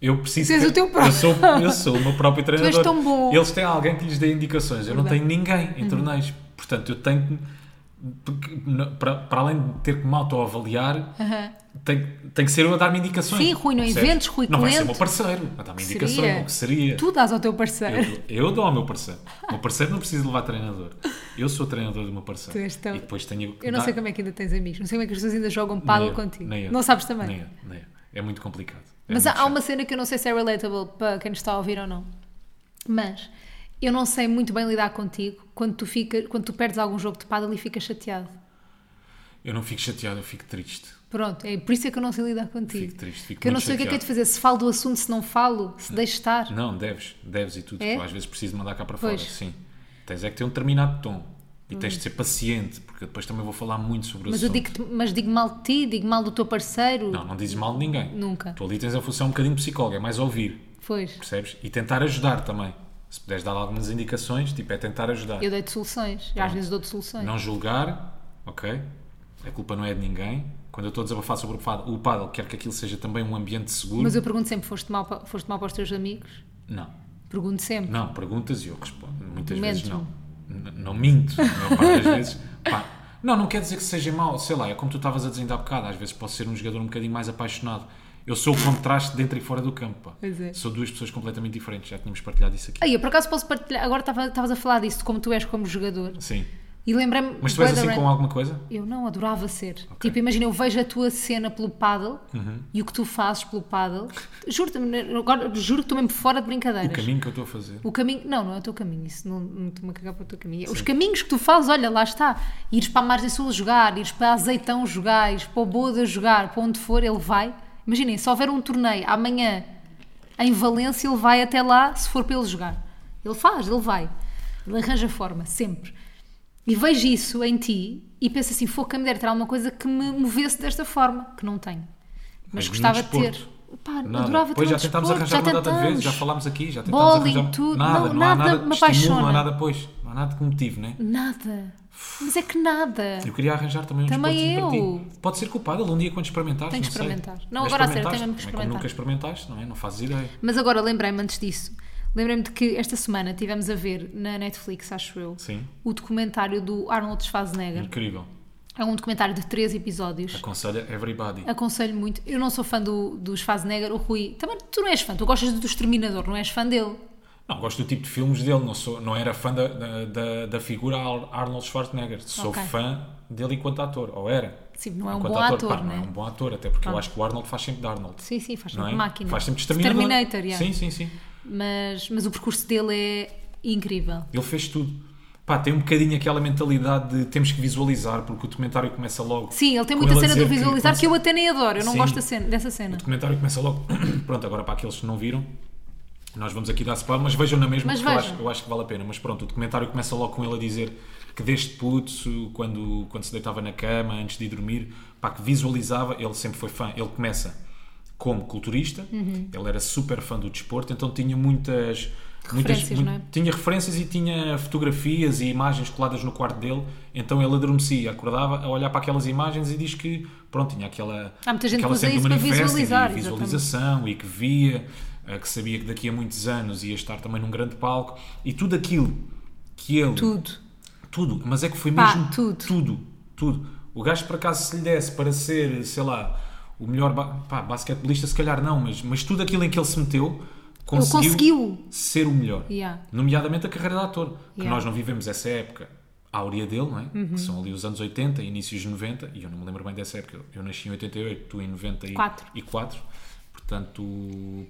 Eu preciso.
Tu és
ter-
o teu próprio.
Eu sou, eu sou o meu próprio treinador.
tão bom. Uhum.
Eles têm alguém que lhes dê indicações. Eu não
Verdade.
tenho ninguém em torneios. Portanto, eu tenho que. porque, na- Para, para além de ter que me autoavaliar,
Aham.
tem, tem que ser eu a dar-me indicações.
Uhum. Sim, Rui, não
percebes?
inventes, Rui,
Não vai ser o
Clemente.
meu parceiro a dar-me
Que
indicações.
seria?
O que seria?
Tu dás ao teu parceiro.
Eu, eu dou ao meu parceiro. O meu parceiro não precisa levar treinador. Eu sou o treinador do meu parceiro.
Tu és tão-
E depois tenho que
Eu não sei
dar-
como é que ainda tens amigos, não sei como é que as pessoas ainda jogam
Nem
paddle
eu,
contigo.
nem eu.
Não sabes também.
Nem eu, nem eu. É muito complicado. É
Mas
muito
há, há uma cena que eu não sei se é relatable para quem nos está a ouvir ou não. Mas eu não sei muito bem lidar contigo quando tu, fica, quando tu perdes algum jogo de paddle e ficas chateado.
Eu não fico chateado, eu fico triste.
Pronto, é por isso é que eu não sei lidar contigo.
Fico triste, fico
que eu não
muito
sei o que é que é de
chateado.
fazer, se falo do assunto, se não falo, se deixo estar.
Não, deves, deves e tudo.
É?
Eu às vezes preciso mandar cá para
Pois.
fora, sim. Tens é que ter um determinado tom. E tens de ser paciente, porque depois também vou falar muito sobre o
Mas eu
assunto.
digo, mas digo mal de ti, digo mal do teu parceiro.
Não, não dizes mal de ninguém.
Nunca.
Tu ali tens a função um bocadinho psicóloga, é mais ouvir,
Pois.
percebes? E tentar ajudar também. Se puderes dar algumas indicações, tipo, é tentar ajudar.
Eu dei-te soluções. Às vezes dou-te soluções.
Não julgar, ok? A culpa não é de ninguém. Quando eu estou a desabafar sobre o paddle, o paddle quer que aquilo seja também um ambiente seguro.
Mas eu pergunto sempre: foste mal, pa- foste mal para os teus amigos?
Não.
Pergunto sempre.
Não, perguntas e eu respondo. Muitas
Mentes
vezes não. N- não minto, na maior parte das vezes. Pá, não, não quer dizer que seja mau, sei lá, é como tu estavas a dizer ainda há bocado, às vezes posso ser um jogador um bocadinho mais apaixonado. Eu sou o contraste dentro e fora do campo. pá.
Pois é.
Sou duas pessoas completamente diferentes, já tínhamos partilhado isso aqui.
Aí, eu por acaso posso partilhar. Agora estava- estavas a falar disso, de como tu és como jogador.
Sim.
E lembrei-me.
Mas tu és
bué da
assim
ran-
com alguma coisa?
Eu não adorava ser. Tipo, imagina, eu vejo a tua cena pelo paddle e o que tu fazes pelo paddle. Juro-te, agora juro que estou mesmo fora de
O
brincadeiras.
caminho que eu estou a fazer.
O caminho, não, não é o teu caminho, isso não, não estou-me a cagar para o teu caminho. Os caminhos que tu fazes, olha, lá está. Ires para a Margem Sul jogar, ires para Azeitão jogar, ires para o Boda jogar, para onde for, ele vai. Imaginem, se houver um torneio amanhã em Valência, ele vai até lá se for para ele jogar. Ele faz, ele vai. Ele arranja forma, sempre. E vejo isso em ti e penso assim: foca me der terá uma coisa que me movesse desta forma, que não tenho. Mas,
Mas no
gostava de ter.
desporto,
Pá,
Nada.
adorava ter
Pois
um
já tentámos
desporto,
arranjar uma data de vezes, já
tentamos.
falámos aqui, já tentámos
Bowling,
arranjar.
tudo.
Nada,
Não,
não, há
nada
nada,
me
de estímulo,
apaixona.
não há nada, pois. Não há nada que motive, né?
Nada. Mas é que nada.
Eu queria arranjar também um
Também
desportozinho
eu.
para ti. Pode ser culpado um dia quando experimentares,
Tenho que
não sei.
experimentar. Não,
Mas
agora a sério,
experimentaste,
tenho mesmo que
também como nunca experimentaste, não é? Não fazes ideia.
Mas agora lembrei-me antes disso. Lembrei-me de que esta semana tivemos a ver na Netflix, acho eu,
Sim. Hum.
o documentário do Arnold Schwarzenegger.
Incrível.
É um documentário de três episódios.
Aconselha everybody.
Aconselho muito. Eu não sou fã do, do Schwarzenegger, o Rui. Também tu não és fã, tu gostas do Exterminador, não és fã dele.
Não, gosto do tipo de filmes dele, não, sou, não era fã da, da, da- da figura Ar- Arnold Schwarzenegger. Sou
Ok.
fã dele enquanto ator, ou era.
Sim, não é um
Enquanto
bom ator,
Pá,
né?
não é um bom ator, até porque eu acho que o Arnold faz sempre de Arnold.
Sim, sim, faz
não
sempre
é?
máquina.
Faz sempre de Terminator.
Terminator, yeah.
Sim, sim, sim.
Mas, mas o percurso dele é incrível.
Ele fez tudo. Pá, pá, tem um bocadinho aquela mentalidade de temos que visualizar, porque o documentário começa logo.
Sim, ele tem
com
muita
a
cena
dizer
do visualizar que, eu até nem adoro. Eu não
Sim.
gosto da cena- dessa cena.
O documentário começa logo. pronto, agora para aqueles que não viram, nós vamos aqui dar spoiler, mas vejam na mesma,
Mas
porque eu
vejam.
acho, eu acho que vale a pena. Mas pronto, o documentário começa logo com ele a dizer que desde puto, quando, quando se deitava na cama, antes de ir dormir, pá, que visualizava, ele sempre foi fã. Ele começa como culturista,
Uhum.
ele era super fã do desporto, então tinha muitas. Muitas,
Referências,
mu-
não é?
Tinha referências e tinha fotografias e imagens coladas no quarto dele, então ele adormecia, acordava a olhar para aquelas imagens e diz que, pronto, tinha aquela,
Há muita gente que
aquela
usa
cena
isso
do
para
manifesto
visualizar,
e visualização e que via, eh, que sabia que daqui a muitos anos ia estar também num grande palco e tudo aquilo que ele.
Tudo.
Tudo, mas é que foi
Pá,
mesmo
tudo.
tudo. tudo. O gajo, por acaso, se lhe desse para ser, sei lá, o melhor ba- pá, basquetebolista, se calhar não, mas, mas tudo aquilo em que ele se meteu conseguiu,
conseguiu.
ser o melhor.
Yeah.
Nomeadamente a carreira de ator. Que
Yeah. Uhum.
nós não vivemos essa época áurea dele, não é? Que são ali os anos 80, inícios de 90, e eu não me lembro bem dessa época. Eu- Eu nasci em 88, tu em 94.
Quatro.
Portanto,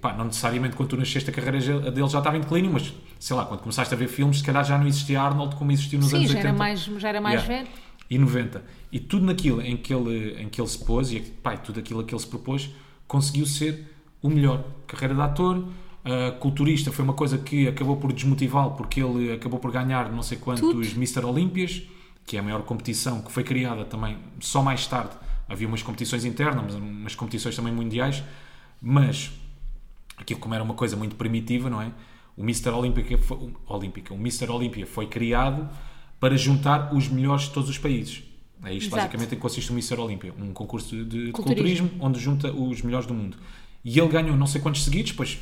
pá, não necessariamente quando tu nasceste a carreira já- a dele já estava em declínio, mas sei lá, quando começaste a ver filmes, se calhar já não existia Arnold como existiu nos
Sim,
anos
já
80.
era mais, já era mais
Yeah.
velho.
E 90. E tudo naquilo em que ele, em que ele se pôs e pá, e tudo aquilo a que ele se propôs, conseguiu ser o melhor. Carreira de ator, ah, culturista, foi uma coisa que acabou por desmotivá-lo porque ele acabou por ganhar não sei quantos
Tudo.
Mr. Olímpias, que é a maior competição que foi criada também só mais tarde. Havia umas competições internas, mas umas competições também mundiais, mas aquilo como era uma coisa muito primitiva, não é? O Mr. Olímpica foi, o- Olímpica, o Mr. Olímpia foi criado para juntar os melhores de todos os países. É isto
Exato.
basicamente em que consiste o Mr. Olímpia, um concurso de, de
Culturismo.
culturismo onde junta os melhores do mundo. E ele ganhou não sei quantos seguidos, pois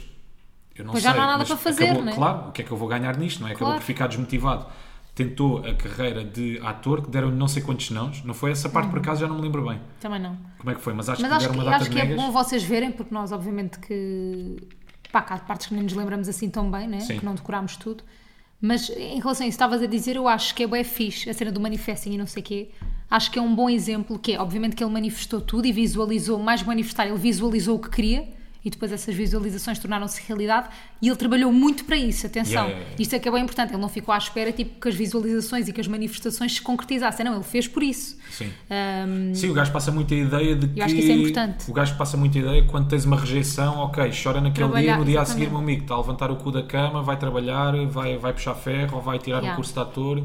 eu não
Pois já
sei.
não há nada
mas
para fazer,
acabou-
não é?
Claro, o que é que eu vou ganhar nisto, não é? Acabou
Claro.
por ficar desmotivado. Tentou a carreira de ator, que deram não sei quantos nãos, não foi essa parte por acaso, já não me lembro bem
Também não.
como é que foi, mas acho
Uhum. Mas
que
acho
deram
que,
uma data
acho
de
que é
negas.
bom vocês verem, porque nós, obviamente, que. Pá, que há partes que nem nos lembramos assim tão bem, né?
Sim.
Que não decorámos tudo. Mas em relação a isso, estavas a dizer, eu acho que é bem fixe a cena do manifesting e não sei o quê. Acho que é um bom exemplo, que é, obviamente, que ele manifestou tudo e visualizou, mais que manifestar, ele visualizou o que queria e depois essas visualizações tornaram-se realidade e ele trabalhou muito para isso, atenção.
Yeah, yeah, yeah.
Isto é que é bem importante, ele não ficou à espera tipo, que as visualizações e que as manifestações se concretizassem, não, ele fez por isso.
Sim.
Ahm,
Sim, o gajo passa muito a ideia de que.
acho que isso é importante.
O gajo passa muito a ideia que quando tens uma rejeição, ok, chora naquele
Trabalhar,
dia, no dia a
exatamente.
seguir, meu amigo, está a levantar o cu da cama, vai trabalhar, vai, vai puxar ferro, ou vai tirar
Yeah.
um curso de ator.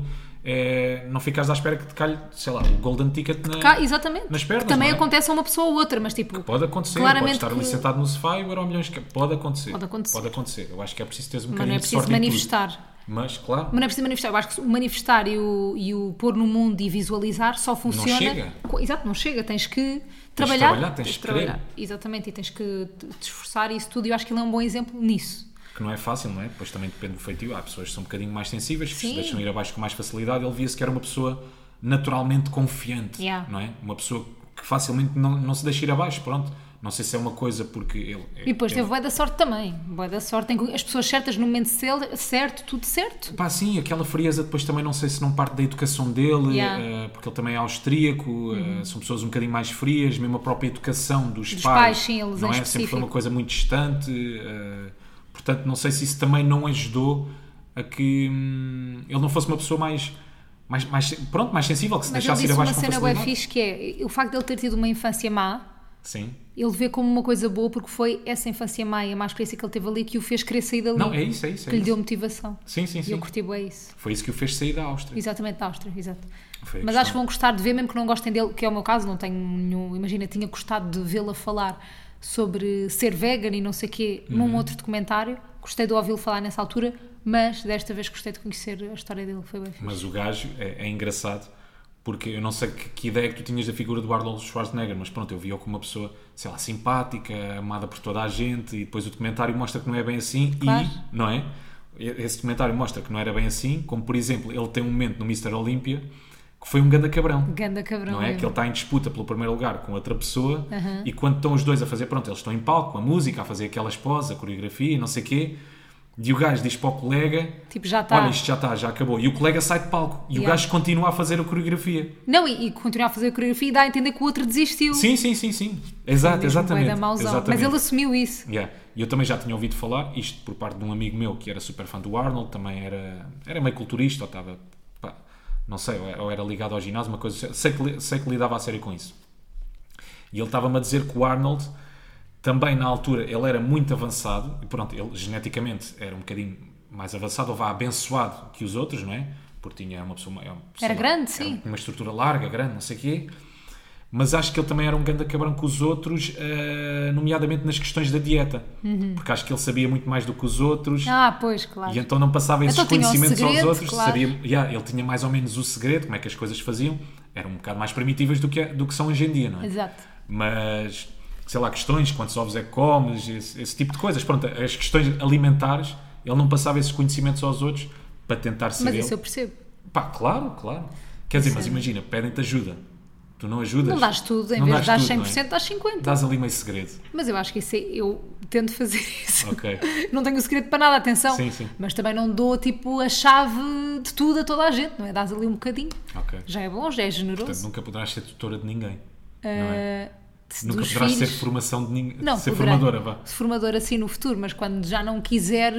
É, não ficas à espera que te calhe, sei lá, o Golden Ticket na.
Cá, exatamente.
Nas pernas,
Que também
não é?
acontece a uma pessoa ou outra, mas tipo.
Pode acontecer, pode
Claramente
estar ali
que-
sentado no sofá e o Euro Milhões. que- Pode acontecer.
Pode acontecer.
Pode acontecer. Eu acho que é preciso teres
mas
um
não
bocadinho
é
de
preciso
sorte em tudo.
manifestar.
Mas, claro,
Mas não é preciso manifestar. Eu acho que o manifestar e o, e o pôr no mundo e visualizar só funciona.
chega.
co- Exato, não chega. Tens que trabalhar.
trabalhar, tens que
Exatamente, e tens que te te esforçar e isso tudo. E eu acho que ele é um bom exemplo nisso.
que não é fácil, não é? Pois também depende do feitio. Há pessoas que são um bocadinho mais sensíveis, que
Sim.
se deixam ir abaixo com mais facilidade. Ele via-se que era uma pessoa naturalmente confiante,
Yeah.
não é? Uma pessoa que facilmente não, não se deixa ir abaixo, pronto. Não sei se é uma coisa porque ele... é
E depois
ele,
teve boa da sorte também. Boa da sorte em que as pessoas certas no momento cel- certo, tudo certo.
Pá, sim, aquela frieza depois também não sei se não parte da educação dele,
Yeah. Uhum.
eh, porque ele também é austríaco, eh, são pessoas um bocadinho mais frias, mesmo a própria educação dos,
Dos
pais,
pais, sim, eles
não
em
é? Sempre foi
específico.
uma coisa muito distante, eh, portanto não sei se isso também não ajudou a que hum, ele não fosse uma pessoa mais, mais, mais pronto, mais sensível, que se
Mas ele
deixasse ir
disse uma
abaixo com
cena bem
facilidade.
fixe que é o facto de ele ter tido uma infância má.
Sim.
ele vê como uma coisa boa porque foi essa infância má e a má experiência que ele teve ali que o fez querer sair dali.
Não, é isso, é isso. É
que lhe
isso.
deu motivação.
Sim,
E
sim,
eu
sim.
curti bem isso.
Foi isso que o fez sair da Áustria.
Exatamente, da Áustria,
É
exato.
Foi a
Mas
questão.
acho que vão gostar de ver, mesmo que não gostem dele, que é o meu caso, não tenho nenhum. Imagina, tinha gostado de vê-la falar sobre ser vegan e não sei quê
Uhum.
num outro documentário. Gostei de ouvi-lo falar nessa altura, mas desta vez gostei de conhecer a história dele. Foi bem fixe.
Mas o gajo é, é engraçado porque eu não sei que, que ideia é que tu tinhas da figura do Arnold Schwarzenegger, mas pronto, eu vi-o como uma pessoa, sei lá, simpática, amada por toda a gente, e depois o documentário mostra que não é bem assim,
Claro.
e, não é? E- Esse documentário mostra que não era bem assim, como por exemplo, ele tem um momento no Mr. Olímpia que foi um ganda cabrão.
Ganda cabrão.
Não é?
mesmo.
Que ele está em disputa pelo primeiro lugar com outra pessoa e quando estão os dois a fazer, pronto, eles estão em palco, a música, a fazer aquelas poses, a coreografia e não sei o quê, e o gajo diz para o colega:
Tipo, já está.
Olha, isto já está, já acabou. E o colega sai de palco e o
Yeah.
gajo continua a fazer a coreografia.
Não, e, e continuar a fazer a coreografia e dá a entender que o outro desistiu.
Sim, sim, sim, sim. Exato,
Mesmo bué
exatamente.
da mauzão. Mas
exatamente.
ele assumiu isso.
Yeah. E Eu também já tinha ouvido falar, isto por parte de um amigo meu que era super fã do Arnold, também era, era meio culturista, ou estava pá, não sei, ou era- ou era ligado ao ginásio, uma coisa. Sei que, li- sei que lidava a sério com isso. E ele estava-me a dizer que o Arnold, também na altura, ele era muito avançado, e pronto, ele geneticamente era um bocadinho mais avançado, ou vá abençoado que os outros, não é? Porque tinha uma pessoa. Uma,
Era grande, sim.
Uma estrutura larga, grande, não sei o quê. Mas acho que ele também era um grande cabrão com os outros, eh, nomeadamente nas questões da dieta. Porque acho que ele sabia muito mais do que os outros.
Uhum. Ah, pois, claro.
E então não passava esses
Então tinha um
conhecimentos aos
segredo,
outros.
claro.
Sabia, yeah, ele tinha mais ou menos o segredo, como é que as coisas faziam. Eram um bocado mais primitivas do que, é- do que são hoje em dia, não é?
Exato.
Mas, sei lá, questões, quantos ovos é que comes, esse, esse tipo de coisas. Pronto, as questões alimentares, ele não passava esses conhecimentos aos outros para tentar ser
Mas
ele.
isso eu percebo.
Pá, claro, claro. Quer dizer, mas imagina, pedem-te ajuda. Tu não ajudas.
Não dás tudo, em
Não
vez de dar
dás
100%,
tudo, não é?
dás 50%.
Dás ali meio segredo.
Mas eu acho que isso é, eu tento fazer isso.
Ok.
Não tenho o segredo para nada, atenção.
Sim, sim.
Mas também não dou tipo a chave de tudo a toda a gente, não é? Dás ali um bocadinho.
Ok.
Já é bom, já é
Portanto,
generoso.
nunca poderás ser tutora de ninguém. não é?
Ah, se
Nunca
dos
poderás
filhos-
ser formação de ninguém.
Não,
ser
poderá.
formadora, vá.
Formadora sim no futuro, mas quando já não quiser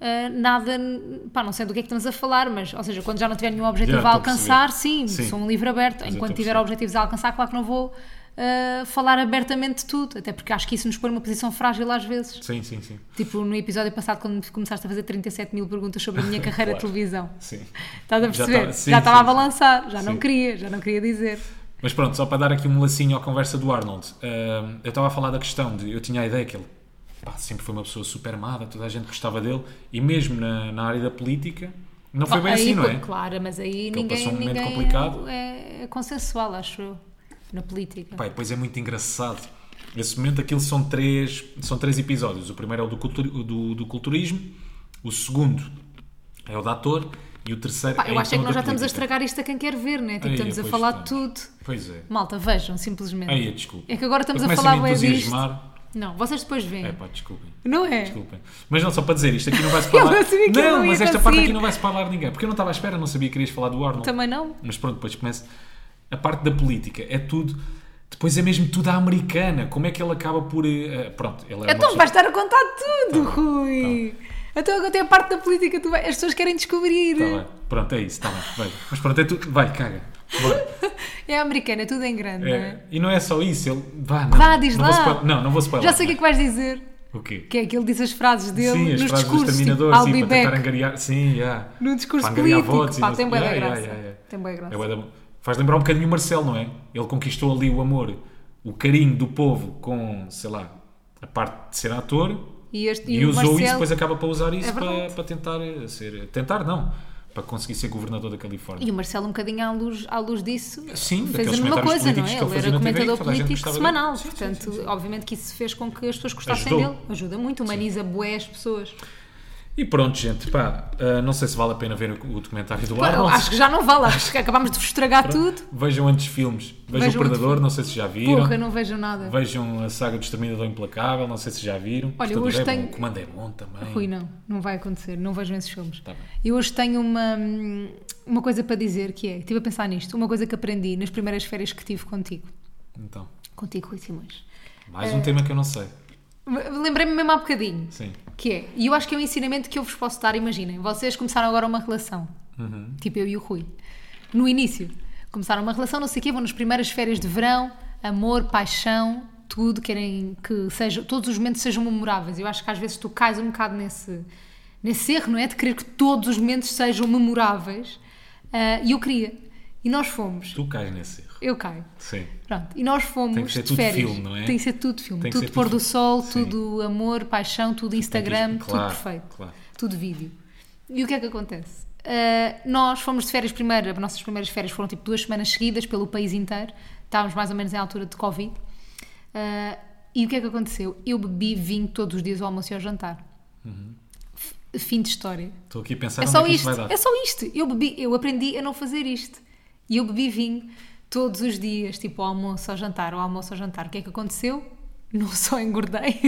eh, nada, n- pá, não sei do que é que estamos a falar, mas, ou seja, quando já não tiver nenhum objetivo
Já,
a
estou a perceber.
alcançar, sim,
Sim.
sou um livro aberto.
Mas então eu
Enquanto
estou a
tiver
perceber.
objetivos a alcançar, claro que não vou eh, falar abertamente de tudo, até porque acho que isso nos põe numa posição frágil às vezes.
Sim, sim, sim.
Tipo no episódio passado, quando começaste a fazer 37 mil perguntas sobre a minha carreira de
Claro.
televisão.
Sim.
Estás a
Já
perceber? Já,
tá- sim,
estava a
sim,
balançar, já não
Sim.
queria, já não queria dizer.
Mas pronto, só para dar aqui um lacinho à conversa do Arnold. hum, eu estava a falar da questão de. Eu tinha a ideia que ele pá, sempre foi uma pessoa super amada, toda a gente gostava dele, e mesmo na, na área da política, não foi bem
Ah, Aí,
assim, não
co-
é?
Claro, mas aí
ele
ninguém,
passou um momento
ninguém é-
complicado.
É, consensual, acho eu, na política.
Pá, e depois é muito engraçado. Nesse momento aquilo são três, são três episódios. O primeiro é o do, cultur- o do, do culturismo, o segundo é o da ator e o terceiro
Pá,
é
eu acho é
então
que nós
o da
já estamos a
política.
estragar isto a quem quer ver, né? Tipo,
Aí,
estamos a
pois
falar de tudo.
Pois é.
Malta, vejam, simplesmente.
Aí, desculpa.
É que agora estamos
Eu
a
começo
falar
me
bué disto.
entusiasmar.
Não, vocês depois veem.
É pá, desculpem.
não é?
Desculpem. Mas não, só para dizer, isto aqui não vai-se falar.
Eu não sabia que eu não ia
mas esta parte
conseguir.
aqui não vai-se falar de ninguém. Porque eu não estava à espera, não sabia que querias falar do Arnold.
Também não?
Mas pronto, depois começa. A parte da política é tudo. Depois é mesmo tudo à americana. Como é que ele acaba por. eh, eh, pronto, ele é uma
Então
pessoa-
vais estar a contar
Tá,
tudo, Rui. Então agora tem a parte da política, tu vai- as pessoas querem descobrir.
Tá bem. Pronto, é isso, tá bem. vai. Mas pronto, é tudo. Vai, caga. Bora.
É americana, tudo em grande, não é?
É, e não é só isso, ele. Vá, não.
Vá, diz
não
lá.
Vou spoil- Não, não vou spoiler.
Já sei o que é que vais dizer.
O quê?
Que é que ele diz as frases dele
Sim, as
nos
frases
discursos.
dos
tipo,
terminadores,
I'll
sim,
be
para tentar
back.
angariar. Sim, yeah.
Num discurso
Para angariar
político.
votos e
Pá,
não-
tem bué da
Yeah, yeah,
graça.
yeah, yeah.
Tem bué da graça.
É bué da- Faz lembrar um bocadinho o Marcelo, não é? Ele conquistou ali o amor, o carinho do povo com, sei lá, a parte de ser ator
E, este,
e,
e o
usou
Marcelo,
isso, depois acaba para usar isso
É
para,
verdade.
para tentar eh, ser. Tentar, não. Para conseguir ser governador da Califórnia.
E o Marcelo, um bocadinho à luz, à luz disso,
Sim,
fez a
daqueles
mesma coisa,
comentários
não
políticos
é?
que ele
Ele
fazia
era
na TV,
comentador
toda a gente
político
gostava
semanal,
dele. Sim, sim,
portanto,
sim, sim.
obviamente que isso fez com que as pessoas gostassem
Ajudou.
dele. Ajuda muito, humaniza bué as pessoas.
E pronto, gente, pá, ah, não sei se vale a pena ver o o documentário do
Pá,
Arnold.
acho que já não vale, acho que acabámos de vos estragar tudo.
Vejam antes filmes. Vejam
Vejam
o Predador,
antes-
não sei se já viram.
Porra, não vejo nada.
Vejam a saga do Exterminador Implacável, não sei se já viram.
Olha,
Portanto,
hoje
é bom.
tenho-
O comando é bom também.
Rui, não, não vai acontecer, não vejam esses filmes.
Tá bem.
E hoje tenho uma, hum, uma coisa para dizer que é, estive a pensar nisto, uma coisa que aprendi nas primeiras férias que tive contigo,
Então,
contigo, Rui Simões.
mais
Eh,
um tema que eu não sei.
Lembrei-me mesmo há bocadinho.
Sim.
Que é, e eu acho que é um ensinamento que eu vos posso dar, imaginem, vocês começaram agora uma relação, tipo eu e o Rui, no início, começaram uma relação, não sei o quê, vão nas primeiras férias de verão, amor, paixão, tudo, querem que seja, todos os momentos sejam memoráveis, eu acho que às vezes tu cais um bocado nesse, nesse erro, não é, de querer que todos os momentos sejam memoráveis, Ah, e eu queria, e nós fomos,
Tu cais nesse erro.
eu caio,
Sim.
Pronto, e nós fomos
Tem que ser
de
tudo
férias.
filme, não é?
Tem que ser tudo filme.
Tem que
tudo
ser
pôr
tudo
do sol,
filme. Sim.
tudo amor, paixão, tudo Instagram,
Tem que- claro,
tudo perfeito.
claro.
Tudo vídeo. E o que é que acontece? Ah, nós fomos de férias primeiro, as nossas primeiras férias foram tipo duas semanas seguidas pelo país inteiro. Estávamos mais ou menos em altura de Covid. Ah, e o que é que aconteceu? Eu bebi vinho todos os dias ao almoço e ao jantar.
Uhum.
F- Fim de história.
Estou aqui a
É
pensar onde
só
é que
isto,
isto vai dar.
é só isto. Eu bebi, eu aprendi a não fazer isto. E eu bebi vinho todos os dias, tipo ao almoço, ao jantar, ao almoço, ao jantar. O que é que aconteceu? Não só engordei,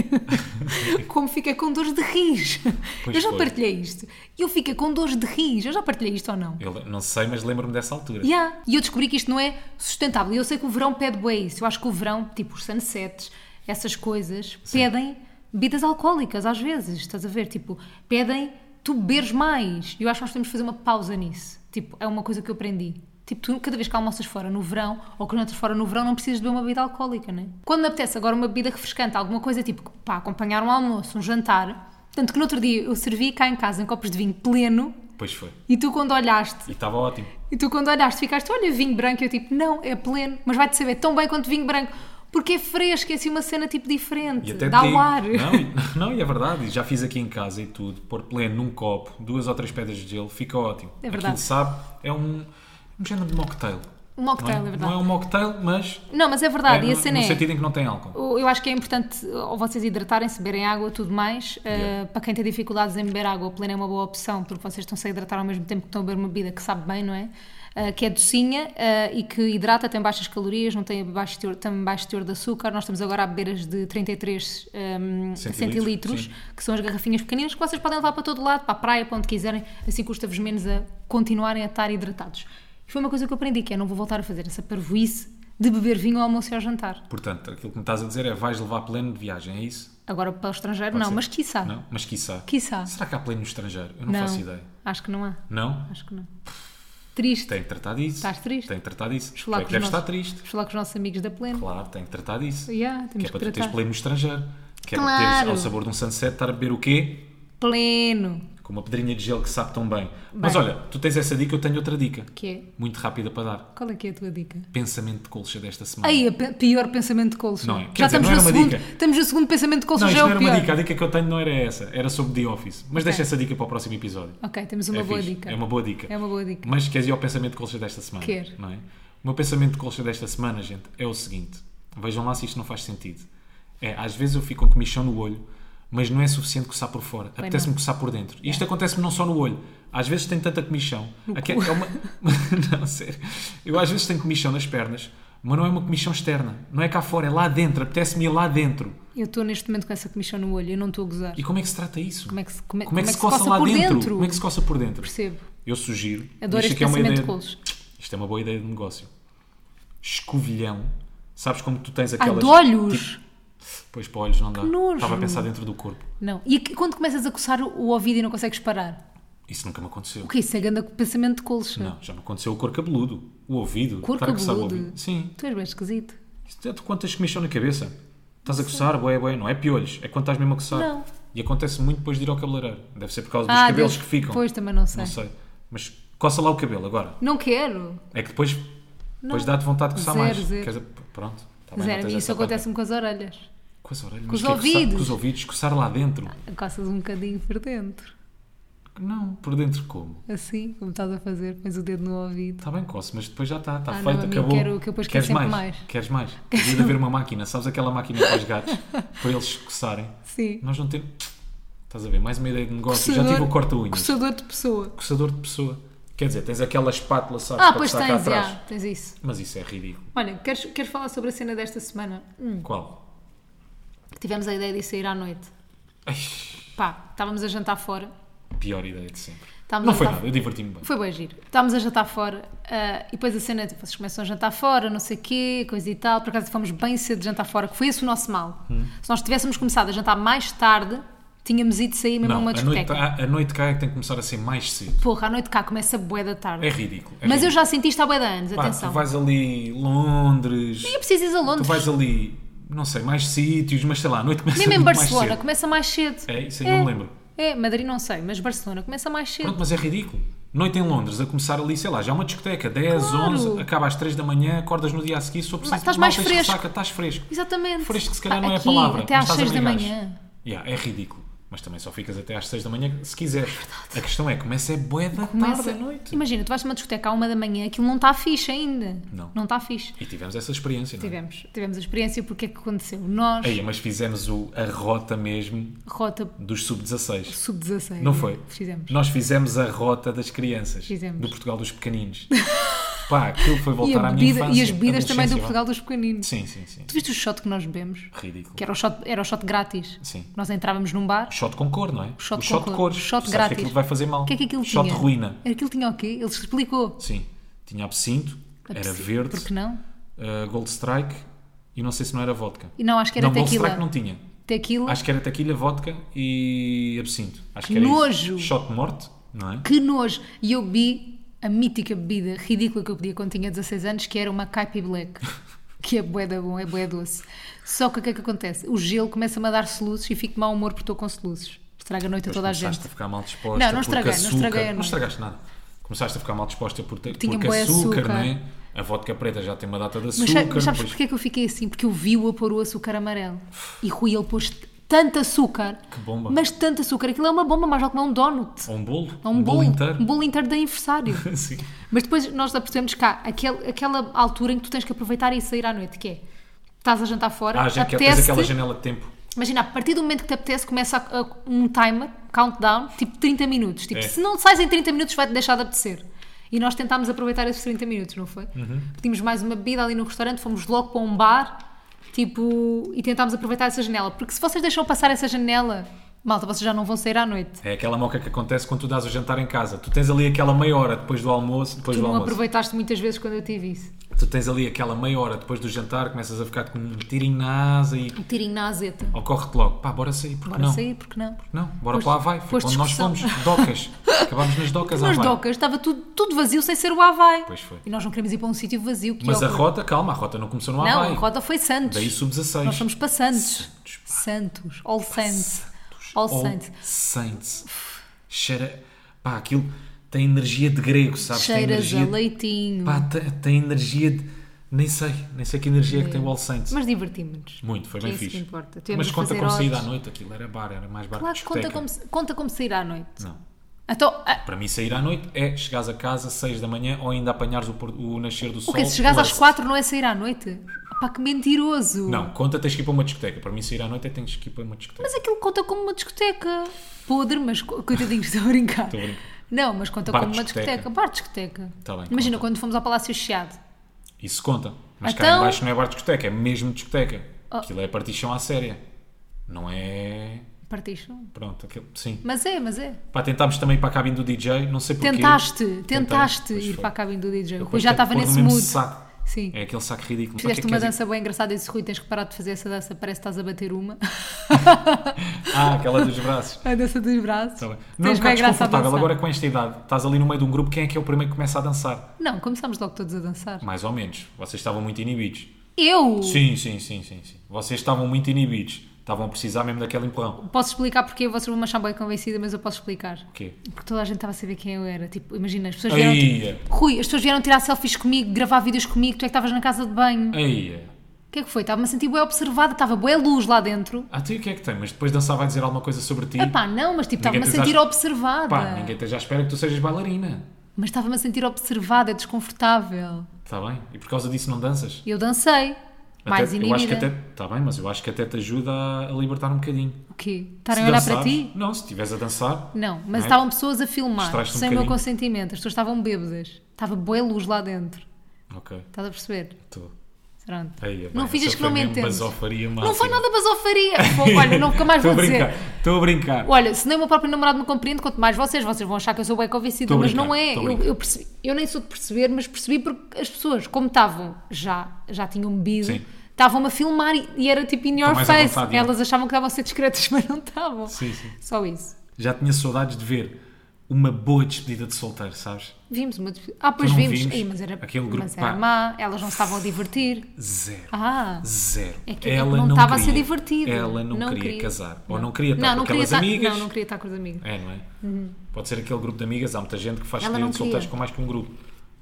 como fiquei com dores de rins.
Pois
eu já
foi.
partilhei isto. Eu fiquei com dores de rins. Eu já partilhei isto ou não?
Eu não sei, mas lembro-me dessa altura.
Yeah. E eu descobri que isto não é sustentável. E eu sei que o verão pede bué isso. Eu acho que o verão, tipo os sunsets, essas coisas, pedem bebidas alcoólicas às vezes. Estás a ver? Tipo, pedem tu beberes mais. E eu acho que nós temos que fazer uma pausa nisso. Tipo, é uma coisa que eu aprendi. Tipo, tu, cada vez que almoças fora no verão ou que jantas fora no verão, não precisas de beber uma bebida alcoólica, né? Quando me apetece agora uma bebida refrescante, alguma coisa tipo, pá, acompanhar um almoço, um jantar. Tanto que no outro dia eu servi cá em casa em copos de vinho pleno
Pois foi.
e tu quando olhaste
E estava ótimo.
e tu quando olhaste ficaste, olha, vinho branco, e eu tipo, não, é pleno, mas vai-te saber tão bem quanto vinho branco, porque é fresco, é assim uma cena tipo diferente,
E até
dá
digo-
o ar.
Não, e- não, e é verdade. e Já fiz aqui em casa e tudo. Pôr pleno num copo, duas ou três pedras de gelo, fica ótimo.
É verdade.
Aquilo sabe, é um, um género de mocktail.
Um mocktail,
não
é
é,
verdade.
Não é um mocktail, mas
Não, mas é verdade, e
é
a
no,
cena
no
é,
sentido em que não tem álcool.
eu eu acho que é importante ou vocês hidratarem-se, beberem água, tudo mais, eh,
Yeah.
para quem tem dificuldades em beber água, o pleno é uma boa opção, porque vocês estão-se a hidratar ao mesmo tempo que estão a beber uma bebida que sabe bem, não é? Eh, que é docinha eh, e que hidrata, tem baixas calorias, não tem baixo teor, tem baixo teor de açúcar. Nós estamos agora a beber as de 33 ehm,
Centilitros,
centilitros,
sim.
que são as garrafinhas pequeninas que vocês podem levar para todo lado, para a praia, para onde quiserem, assim custa-vos menos a continuarem a estar hidratados. E foi uma coisa que eu aprendi, que é não vou voltar a fazer essa parvoíce de beber vinho ao almoço e ao jantar.
Portanto, aquilo que me estás a dizer é vais levar pleno de viagem, é isso?
Agora para o estrangeiro
Pode
não,
ser?
mas quiçá.
Não? Mas quiçá.
Quiçá.
Será que há pleno no estrangeiro? Eu não, faço ideia.
Acho que não há.
Não?
Acho que não. Triste.
Tem que tratar disso.
Estás triste?
Tem que tratar disso.
Vamos
Tu
falar
é
com
que
os
deves
nossos-
estar triste.
Vamos falar com os nossos amigos da Pleno.
Claro, tem que tratar disso.
Yeah, temos
que é
que
para tu teres
tratar.
pleno no estrangeiro. Que é para
Claro.
teres ao sabor de um sunset, estar a beber o quê?
Pleno.
Com uma pedrinha de gelo que sabe tão bem. Mas olha, tu tens essa dica, eu tenho outra dica.
Que é?
Muito rápida para dar.
Qual é que é a tua dica?
Pensamento de colcha desta semana.
Aí, a pe- pior pensamento de colchão.
Não é? Quer
Já
dizer,
estamos,
não era
no
uma
segundo,
dica.
estamos no segundo pensamento de
não,
colchão,
isto
já é
não
o
era uma
pior.
dica. A dica que eu tenho não era essa. Era sobre The Office. Mas deixa essa dica para o próximo episódio.
Ok, temos uma
é
boa
fixe.
dica.
É uma boa dica.
É uma boa dica.
Mas queres ir ao pensamento de colcha desta semana?
Quero.
Não é? O meu pensamento de colcha desta semana, gente, é o seguinte. Vejam lá se isto não faz sentido. É, às vezes eu fico com comichão no olho, mas não é suficiente coçar por fora. Apetece-me coçar por dentro.
É.
E isto acontece-me não só no olho. Às vezes tenho tanta comichão. Aqui é é uma... não, sério. Eu às vezes tenho comichão nas pernas, mas não é uma comichão externa. Não é cá fora, é lá dentro. Apetece-me ir lá dentro.
Eu estou neste momento com essa comichão no olho, eu não estou a gozar.
E como é que se trata isso?
Como é que se, como é-
Como é que se
coça,
coça lá
por dentro?
dentro? Como é que se coça por dentro?
Percebo.
Eu sugiro.
Adoro
isto
este
aqui é uma
pensamento de
ideia
colos.
Isto é uma boa ideia de negócio. Escovilhão. Sabes como tu tens
Ah,
aquelas. Tipo,
de olhos!
Pois para olhos não dá.
nojo.
Estava a pensar dentro do corpo.
Não. E aqui, quando começas a coçar o, o ouvido e não consegues parar?
Isso nunca me aconteceu.
O que é isso? É grande pensamento de colcha.
Não, já me aconteceu o cor cabeludo. O ouvido.
Cor
estar a coçar o
cabeludo?
ouvido. Sim.
Tu és bem esquisito.
Isto é de quantas que mexeu na cabeça. Estás a coçar, boé, boé. Não é piolhos. É quando estás mesmo a coçar.
Não.
E acontece muito depois de ir ao cabeleireiro. Deve ser por causa dos
Ah,
cabelos
Deus,
que ficam.
Pois, também não sei.
Não sei. Mas coça lá o cabelo agora.
Não quero.
É que depois, depois dá-te vontade de coçar
Zero,
mais.
zero.
Quer dizer, p- pronto. Tá bem, não
Zero,
tens
isso
essa parte.
acontece-me com as orelhas.
Com as orelhas.
Com os
mas o que é coçar-
ouvidos.
Com os ouvidos, coçar lá dentro.
Coças um bocadinho por dentro.
Não, por dentro como?
Assim, como estás a fazer, pões o dedo no ouvido.
Está bem, coço, mas depois já está, está
Ah, não,
feito,
a mim
acabou.
quero- que eu depois quero
Queres
sempre
mais?
mais.
Queres mais? Devia haver uma máquina, sabes aquela máquina para os gatos, para eles coçarem.
Sim.
Nós não temos. Estás a ver? Mais uma ideia de negócio. já tive o corta-unhas.
coçador de pessoa.
Coçador de pessoa. Quer dizer, tens aquela espátula, sabes?
Ah,
para
pois
coçar cá
tens,
atrás.
já, tens isso.
Mas isso é ridículo.
Olha, queres, queres falar sobre a cena desta semana? Hum,
Qual?
que tivemos a ideia de sair à noite.
Ai,
Pá, estávamos a jantar fora.
pior ideia de sempre.
Estávamos
Não
a
foi
jantar-
nada, eu diverti-me bem.
Foi bem giro. Estávamos a jantar fora ah, e depois a cena, tipo, vocês começam a jantar fora, não sei o quê, coisa e tal. Por acaso fomos bem cedo de jantar fora, que foi esse o nosso mal.
Hum.
Se nós tivéssemos começado a jantar mais tarde, tínhamos ido sair mesmo a
Não,
uma
a noite,
discoteca.
a, a noite cá é que tem que começar a ser mais cedo.
Porra, a noite cá começa a bué da tarde.
É ridículo. é
Mas eu
ridículo.
já senti isto há bué de anos,
Pá,
atenção.
tu vais ali Londres,
Nem é preciso ir a
tu
Londres.
vais ali, não sei, mais sítios, mas sei lá, a noite começa
Mesmo em
muito mais
Barcelona,
cedo.
começa mais cedo.
É, isso aí não me lembro.
É, Madrid não sei, mas Barcelona começa mais cedo.
Pronto, mas é ridículo. Noite em Londres, a começar ali, sei lá, já é uma discoteca, 10,
Claro.
11, acaba às 3 da manhã, acordas no dia a seguir, só precisas
estás
de
mais
mal, tens
fresco.
ressaca, estás fresco.
Exatamente.
Fresco se calhar
Ah,
não é
aqui,
a palavra.
Até às
mas estás
6 da
ali gajo.
manhã.
Yeah, é ridículo. Mas também só ficas até às 6 da manhã se quiseres. a questão é, começa é bué da tarde
Começa-
à noite.
Imagina, tu vais para uma discoteca à uma da manhã, aquilo não está fixe ainda.
Não.
Não está fixe.
E tivemos essa experiência, não é?
Tivemos, tivemos a experiência, porque é que aconteceu? Nós,
Aí, mas fizemos o, a rota mesmo
rota
dos sub-16.
sub-16.
Não foi?
Fizemos.
Nós fizemos a rota das crianças.
Fizemos.
Do Portugal dos pequeninos. Pá, aquilo foi
E, a
voltar à minha
bebida-
infância.
e as bebidas também do
adolescência, vá.
Portugal dos pequeninos.
Sim, sim, sim.
Tu viste o shot que nós bebemos?
Ridículo.
Que era o shot, era o shot grátis.
Sim.
Nós entrávamos num bar.
Shot com cor, não é?
Shot
o
com
shot
cor.
de cores.
Shot
Tu sabes
grátis.
que aquilo vai fazer mal.
O que é que aquilo
shot
tinha?
de ruína.
Aquilo tinha o quê? Ele se explicou.
Sim. Tinha absinto, era
Apetece-
verde,
Porque não?
eh, Gold Strike e não sei se não era vodka.
E não, acho que era
não, Gold
tequila.
Strike não tinha.
Tequila.
Acho que era tequila, vodka e absinto. Acho que
Que
era isso.
nojo!
Shot de morte, não é?
Que nojo! E eu bebi a mítica bebida ridícula que eu pedia quando tinha 16 anos, que era uma caipi black. Que é bué da bom, é bué doce. Só que o que é que acontece? O gelo começa-me a dar soluços e fico de mau humor porque estou com soluços. Estraga a noite a
Depois
toda a
começaste
gente.
a ficar mal disposta.
Não, não
porque
estraguei, não
açúcar-
estraguei a
Não
noite.
estragaste nada. Começaste a ficar mal disposta por ter-
Tinha
porque
bué
açúcar,
açúcar.
não é? A vodka preta já tem uma data de
Mas,
açúcar.
sabe- mas sabes
depois-
porquê que eu fiquei assim? Porque eu vi-o a pôr o açúcar amarelo. E Rui, ele pôs tanto açúcar.
Que bomba.
Mas tanto açúcar. Aquilo é uma bomba, mais vale comer um donut.
Ou um bolo.
É um, bolo,
inteiro.
Um bolo inteiro de aniversário.
Sim.
Mas depois nós apercebemos cá aquele, aquela altura em que tu tens que aproveitar e sair à noite, que é estás a jantar fora,
Ah, já que tens
apetece.
aquela janela de tempo.
Imagina, a partir do momento que te apetece, começa a- a- um timer, countdown, tipo 30 minutos. Tipo,
É.
se não sais em 30 minutos, vai-te deixar de apetecer. E nós tentámos aproveitar esses 30 minutos, não foi?
Uhum.
Pedimos mais uma bebida ali no restaurante, fomos logo para um bar, tipo, e tentámos aproveitar essa janela. Porque se vocês deixam passar essa janela, malta, vocês já não vão sair à noite.
É aquela moca que acontece quando tu dás o jantar em casa. Tu tens ali aquela meia hora depois do almoço, depois
Tu
do
não
almoço.
aproveitaste muitas vezes quando eu tive isso.
Tu tens ali aquela meia hora depois do jantar, começas a ficar com um tirinho na asa e
Um tirinho na azeta.
ocorre-te logo. Pá, bora sair, porque
Bora
não?
sair, porque não?
Não, bora
Foste-
para lá vai. Foi
foste
quando nós
excursão.
fomos. Docas. Acabámos nas docas à
Mas
vai.
docas, estava tudo, tudo vazio sem ser o Havaí.
Pois foi.
E nós não queremos ir para um sítio vazio. Que
Mas
é
a
o-
rota, calma, a rota não começou no
Não,
Havaí.
a rota foi Santos.
Daí sub-16.
Nós fomos para Santos.
Santos, pá.
Santos. All Saints. All
All
Saints.
Saints. Cheira. Pá, aquilo tem energia de grego, sabes? tem
Cheiras
energia
a
de-
leitinho.
Pá, te- tem, energia de. Nem sei, nem sei que energia é que tem o All Saints.
Mas divertimos-nos.
Muito, foi
que
bem
é isso
fixe.
que importa. Tivemos
Mas
a
conta
fazer
como saída à
horas.
noite, aquilo era bar, era mais bar. que
Claro que conta
discoteca.
como, se- conta como sair à noite.
Não.
Então, ah,
Para mim, sair à noite é chegares a casa às 6 da manhã ou ainda apanhares o, pôr- o nascer do
o
sol.
quê? Se chegares
ou
às
é-
quatro não é sair à noite? Pá, que mentiroso.
Não, conta tens que ir para uma discoteca. Para mim, sair à noite é tens que ir para uma discoteca.
Mas aquilo conta como uma discoteca. Podre, mas co- coitadinhos, estou a brincar.
Estou a brincar.
Não, mas conta
Bar
como uma
discoteca.
discoteca. Bar discoteca.
Tá bem,
Imagina
conta.
quando fomos ao Palácio Chiado.
Isso conta. Mas cá
Então-
em baixo não é bar discoteca, é mesmo discoteca.
Oh.
Aquilo é partição à séria. Não é.
Partiste? não?
Pronto, aquilo. Sim.
Mas é, mas é.
Pá, tentámos também ir para a cabine do DJ, não sei porquê.
Tentaste,
Tentei,
tentaste
pois
ir
foi.
para a cabine do DJ.
Eu
O Rui já
depois
estava
pôr no
nesse
mesmo
mood.
saco.
Sim.
É aquele saco ridículo. Para
Fizeste
que é que
uma
queres ir?
dança bem engraçada e disse, Rui, tens que parar de fazer essa dança, parece que estás a bater uma.
Ah, aquela dos braços.
a dança dos braços.
Tá bem. Não é um
Tens bem
bocado
graça a
desconfortável
dançar.
agora com esta idade. Estás ali no meio de um grupo, quem é que é o primeiro que começa a dançar?
Não, começámos logo todos a dançar.
Mais ou menos. Vocês estavam muito inibidos.
Eu
Sim, sim, sim, sim. sim. Vocês estavam muito inibidos. Estavam a precisar mesmo daquele empurrão.
posso explicar porque vocês vão me achar bem convencida, mas eu posso explicar.
O quê?
Porque toda a gente estava a saber quem eu era. Tipo, imagina, as pessoas vieram. tipo-
Aí,
Rui, as pessoas vieram tirar selfies comigo, gravar vídeos comigo, tu é que estavas na casa de banho.
aí.
O que é que foi? Estava-me a sentir bué observada, estava bué luz lá dentro.
Ah, tu e o que é que tem? Mas depois dançar vai dizer alguma coisa sobre ti?
Epá, não, mas tipo,
Ninguém
estava-me a
te
sentir
acha-
observada.
Pá, ninguém esteja à espera que tu sejas bailarina.
Mas estava-me a sentir observada, é desconfortável.
Está Tá bem? E por causa disso não danças?
E eu dancei. Mais
Até-
inibida.
eu acho que até Está bem, mas eu acho que até te ajuda a, a libertar um bocadinho.
O quê? Estarem a
Se
olhar
dançares-
para ti?
Não, se estiveres a dançar.
Não,
Não é?
mas estavam pessoas a filmar,
Distrais-te um
sem o meu
bocadinho.
consentimento. As pessoas estavam bêbadas. Estava boa luz lá dentro.
Ok,
Estás a perceber?
estou.
Pronto.
Aí, bem,
não finjas
essa
que não
foi
me
mesmo
entendes.
basofaria
Não foi nada
máxima.
basofaria. Pô, Olha, não, nunca mais
Estou
vou
a
dizer.
brincar, estou a brincar.
Olha, se nem o meu próprio namorado me compreende, quanto mais vocês, vocês vão achar que eu sou bem convencida,
Tô a
mas
brincar,
não é.
tô a
Eu,
brincar.
eu percebi- eu nem sou de perceber, mas percebi porque as pessoas, como estavam, já, já tinham bebido,
Sim.
estavam a filmar e, e era tipo in your
mais à
face.
vontade,
Elas achavam que estavam a ser discretas, mas não estavam.
Sim, sim.
Só isso.
Já tinha saudades de ver uma boa despedida de solteiro, sabes?
Vimos uma. despe- Ah, pois
não
vimos.
vimos.
Ei, mas era,
Aquele grupo,
mas era
pá.
má, elas não estavam a divertir.
Zero.
Ah.
Zero.
É que não estava a ser divertido.
Ela não,
Não
queria,
queria.
casar. Ou não queria estar
Não,
com
não queria,
aquelas
estar,
amigas.
não, não queria estar com os amigos.
É, não é? Pode ser aquele grupo de amigas, há muita gente que faz
Ela
despedida
não
de solteiros
queria.
com mais que um grupo.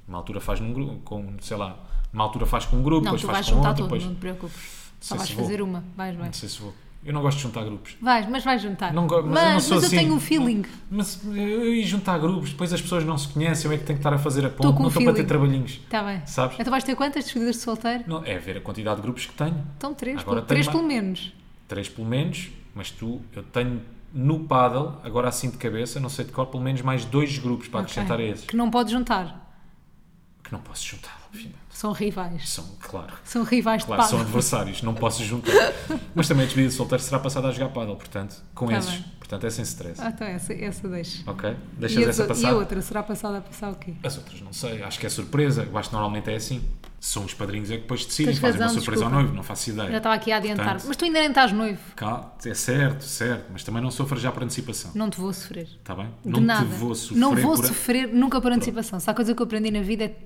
Uma altura faz num grupo, com, sei lá, uma altura faz com um grupo,
Não,
depois
tu
faz
vais
com
juntar
outro,
todo,
depois.
não te preocupes. Só
sei
vais
se vou.
fazer um. uma. Vais,
Não
vais.
sei se vou. Eu não gosto de juntar grupos.
Vais, mas vais juntar.
Não go- mas,
mas
eu não sou
mas
assim.
eu tenho um feeling.
Mas eu eu ia juntar grupos, depois as pessoas não se conhecem, eu é que tenho que estar a fazer a
Tô
ponte,
com
não
um
estou para ter
feeling.
trabalhinhos.
Está bem.
Sabes?
Então vais ter quantas despedidas de solteiro?
Não, é ver a quantidade de grupos que tenho.
Então três,
Agora
pelo- três
tenho
pelo menos.
Três pelo menos, mas tu, eu tenho no paddle, agora assim de cabeça, não sei de cor, pelo menos mais dois grupos para acrescentar a
Ok.
esses.
Que não podes juntar.
Que não posso juntar, afinal.
São rivais.
São, claro.
São rivais
Claro,
de
são
pá.
adversários, não posso juntar. Mas também a despedida de solteiro será passada a jogar paddle, portanto, com
Tá
esses.
bem.
Portanto, é sem stress.
Ah, então essa, essa deixa.
Ok?
E
Deixas
a,
essa
e
passar.
a outra será passada a passar o quê?
As outras não sei, acho que é surpresa, eu acho que normalmente é assim. São os padrinhos é que depois decidem,
Tens
fazem
razão,
uma surpresa
desculpa.
ao noivo, não faço ideia.
Já estava aqui a adiantar.
Portanto-
Mas tu ainda nem estás noivo.
Cá, é certo, certo, mas também não sofra já por antecipação,
Não te vou sofrer.
está bem?
De
não
nada.
te vou sofrer
não vou
por...
sofrer nunca por antecipação. Se há coisa que eu aprendi na vida é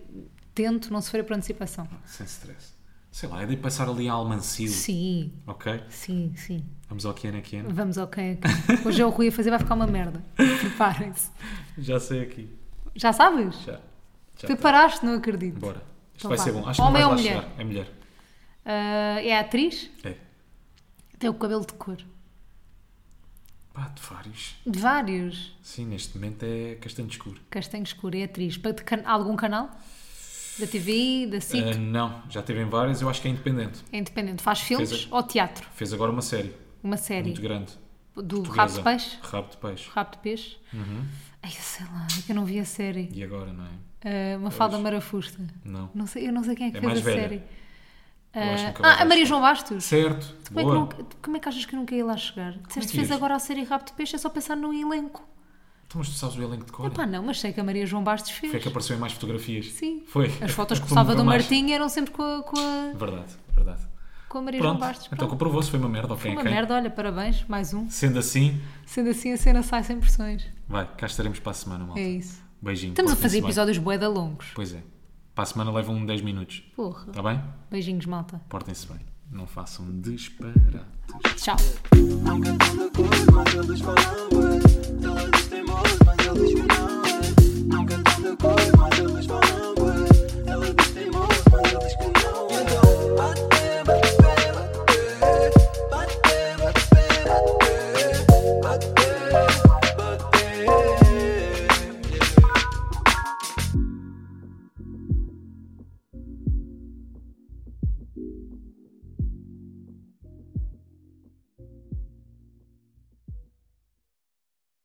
tento não sofrer por antecipação.
Sem stress. Sei lá, é de passar ali a Almancil,
Sim,
ok?
sim, sim.
Vamos ao né, Kiana Kiana.
Vamos ao quem é que. Hoje é o Rui a fazer, vai ficar uma merda. Preparem-se.
Já sei aqui,
Já sabes?
já. já tá.
Preparaste, não acredito.
Bora. Isto
Então
vai
vá.
ser bom. Acho que não
Homem
vais
ou
lá
mulher?
chegar. É mulher.
Ah, é atriz?
É.
Tem o cabelo de cor.
Pá, de vários.
De vários.
Sim, neste momento é castanho escuro.
Castanho escuro. É atriz. Para de can- algum canal? Da TVI? Da SIC?
Ah, não, já teve em várias, eu acho que é independente.
É independente. Faz filmes
Fez a-
ou teatro?
Fez agora uma série,
Uma série.
muito grande.
Do Rabo
portuguesa. Uhum.
de Peixe?
Rabo de peixe.
Rabo de Peixe? Ai, eu sei lá. é que eu não vi a série.
E agora, não é?
Ah, uma falda marafusta.
Não.
Não sei, eu não sei quem é que
É
fez
mais
a
velha.
série.
Eu acho que
Ah,
nunca
ah,
vais
a
lá
Maria
chegar.
João Bastos.
Certo,
Como é, que
boa.
nunca- como é que achas que eu nunca ia lá chegar? Disseste que fez
Mentiras.
agora a série Rabo de Peixe, é só pensar no elenco.
Então, mas tu sabes o elenco de cor?
Epá, não, mas sei que a Maria João Bastos fez.
Foi que apareceu em mais fotografias.
Sim.
Foi.
As fotos que o
Promoveu
Salvador
mais.
Martinho eram sempre com a, com a-
Verdade, verdade.
com a Maria João
Pronto,
Bastos.
então
Pronto.
comprovou-se, foi uma merda, ok.
Foi uma
ok.
merda, olha, parabéns, mais um.
Sendo assim,
Sendo assim, a cena sai sem pressões.
vai, cá estaremos para a semana, malta.
É isso.
Beijinho.
Estamos a
portem-se
fazer
bem.
episódios boeda longos.
Pois é. Para a semana levam 10 minutos,
Porra.
está bem?
Beijinhos, malta.
Portem-se bem. Não façam disparate.
Tchau.
Não cantando a cor, mas eles falam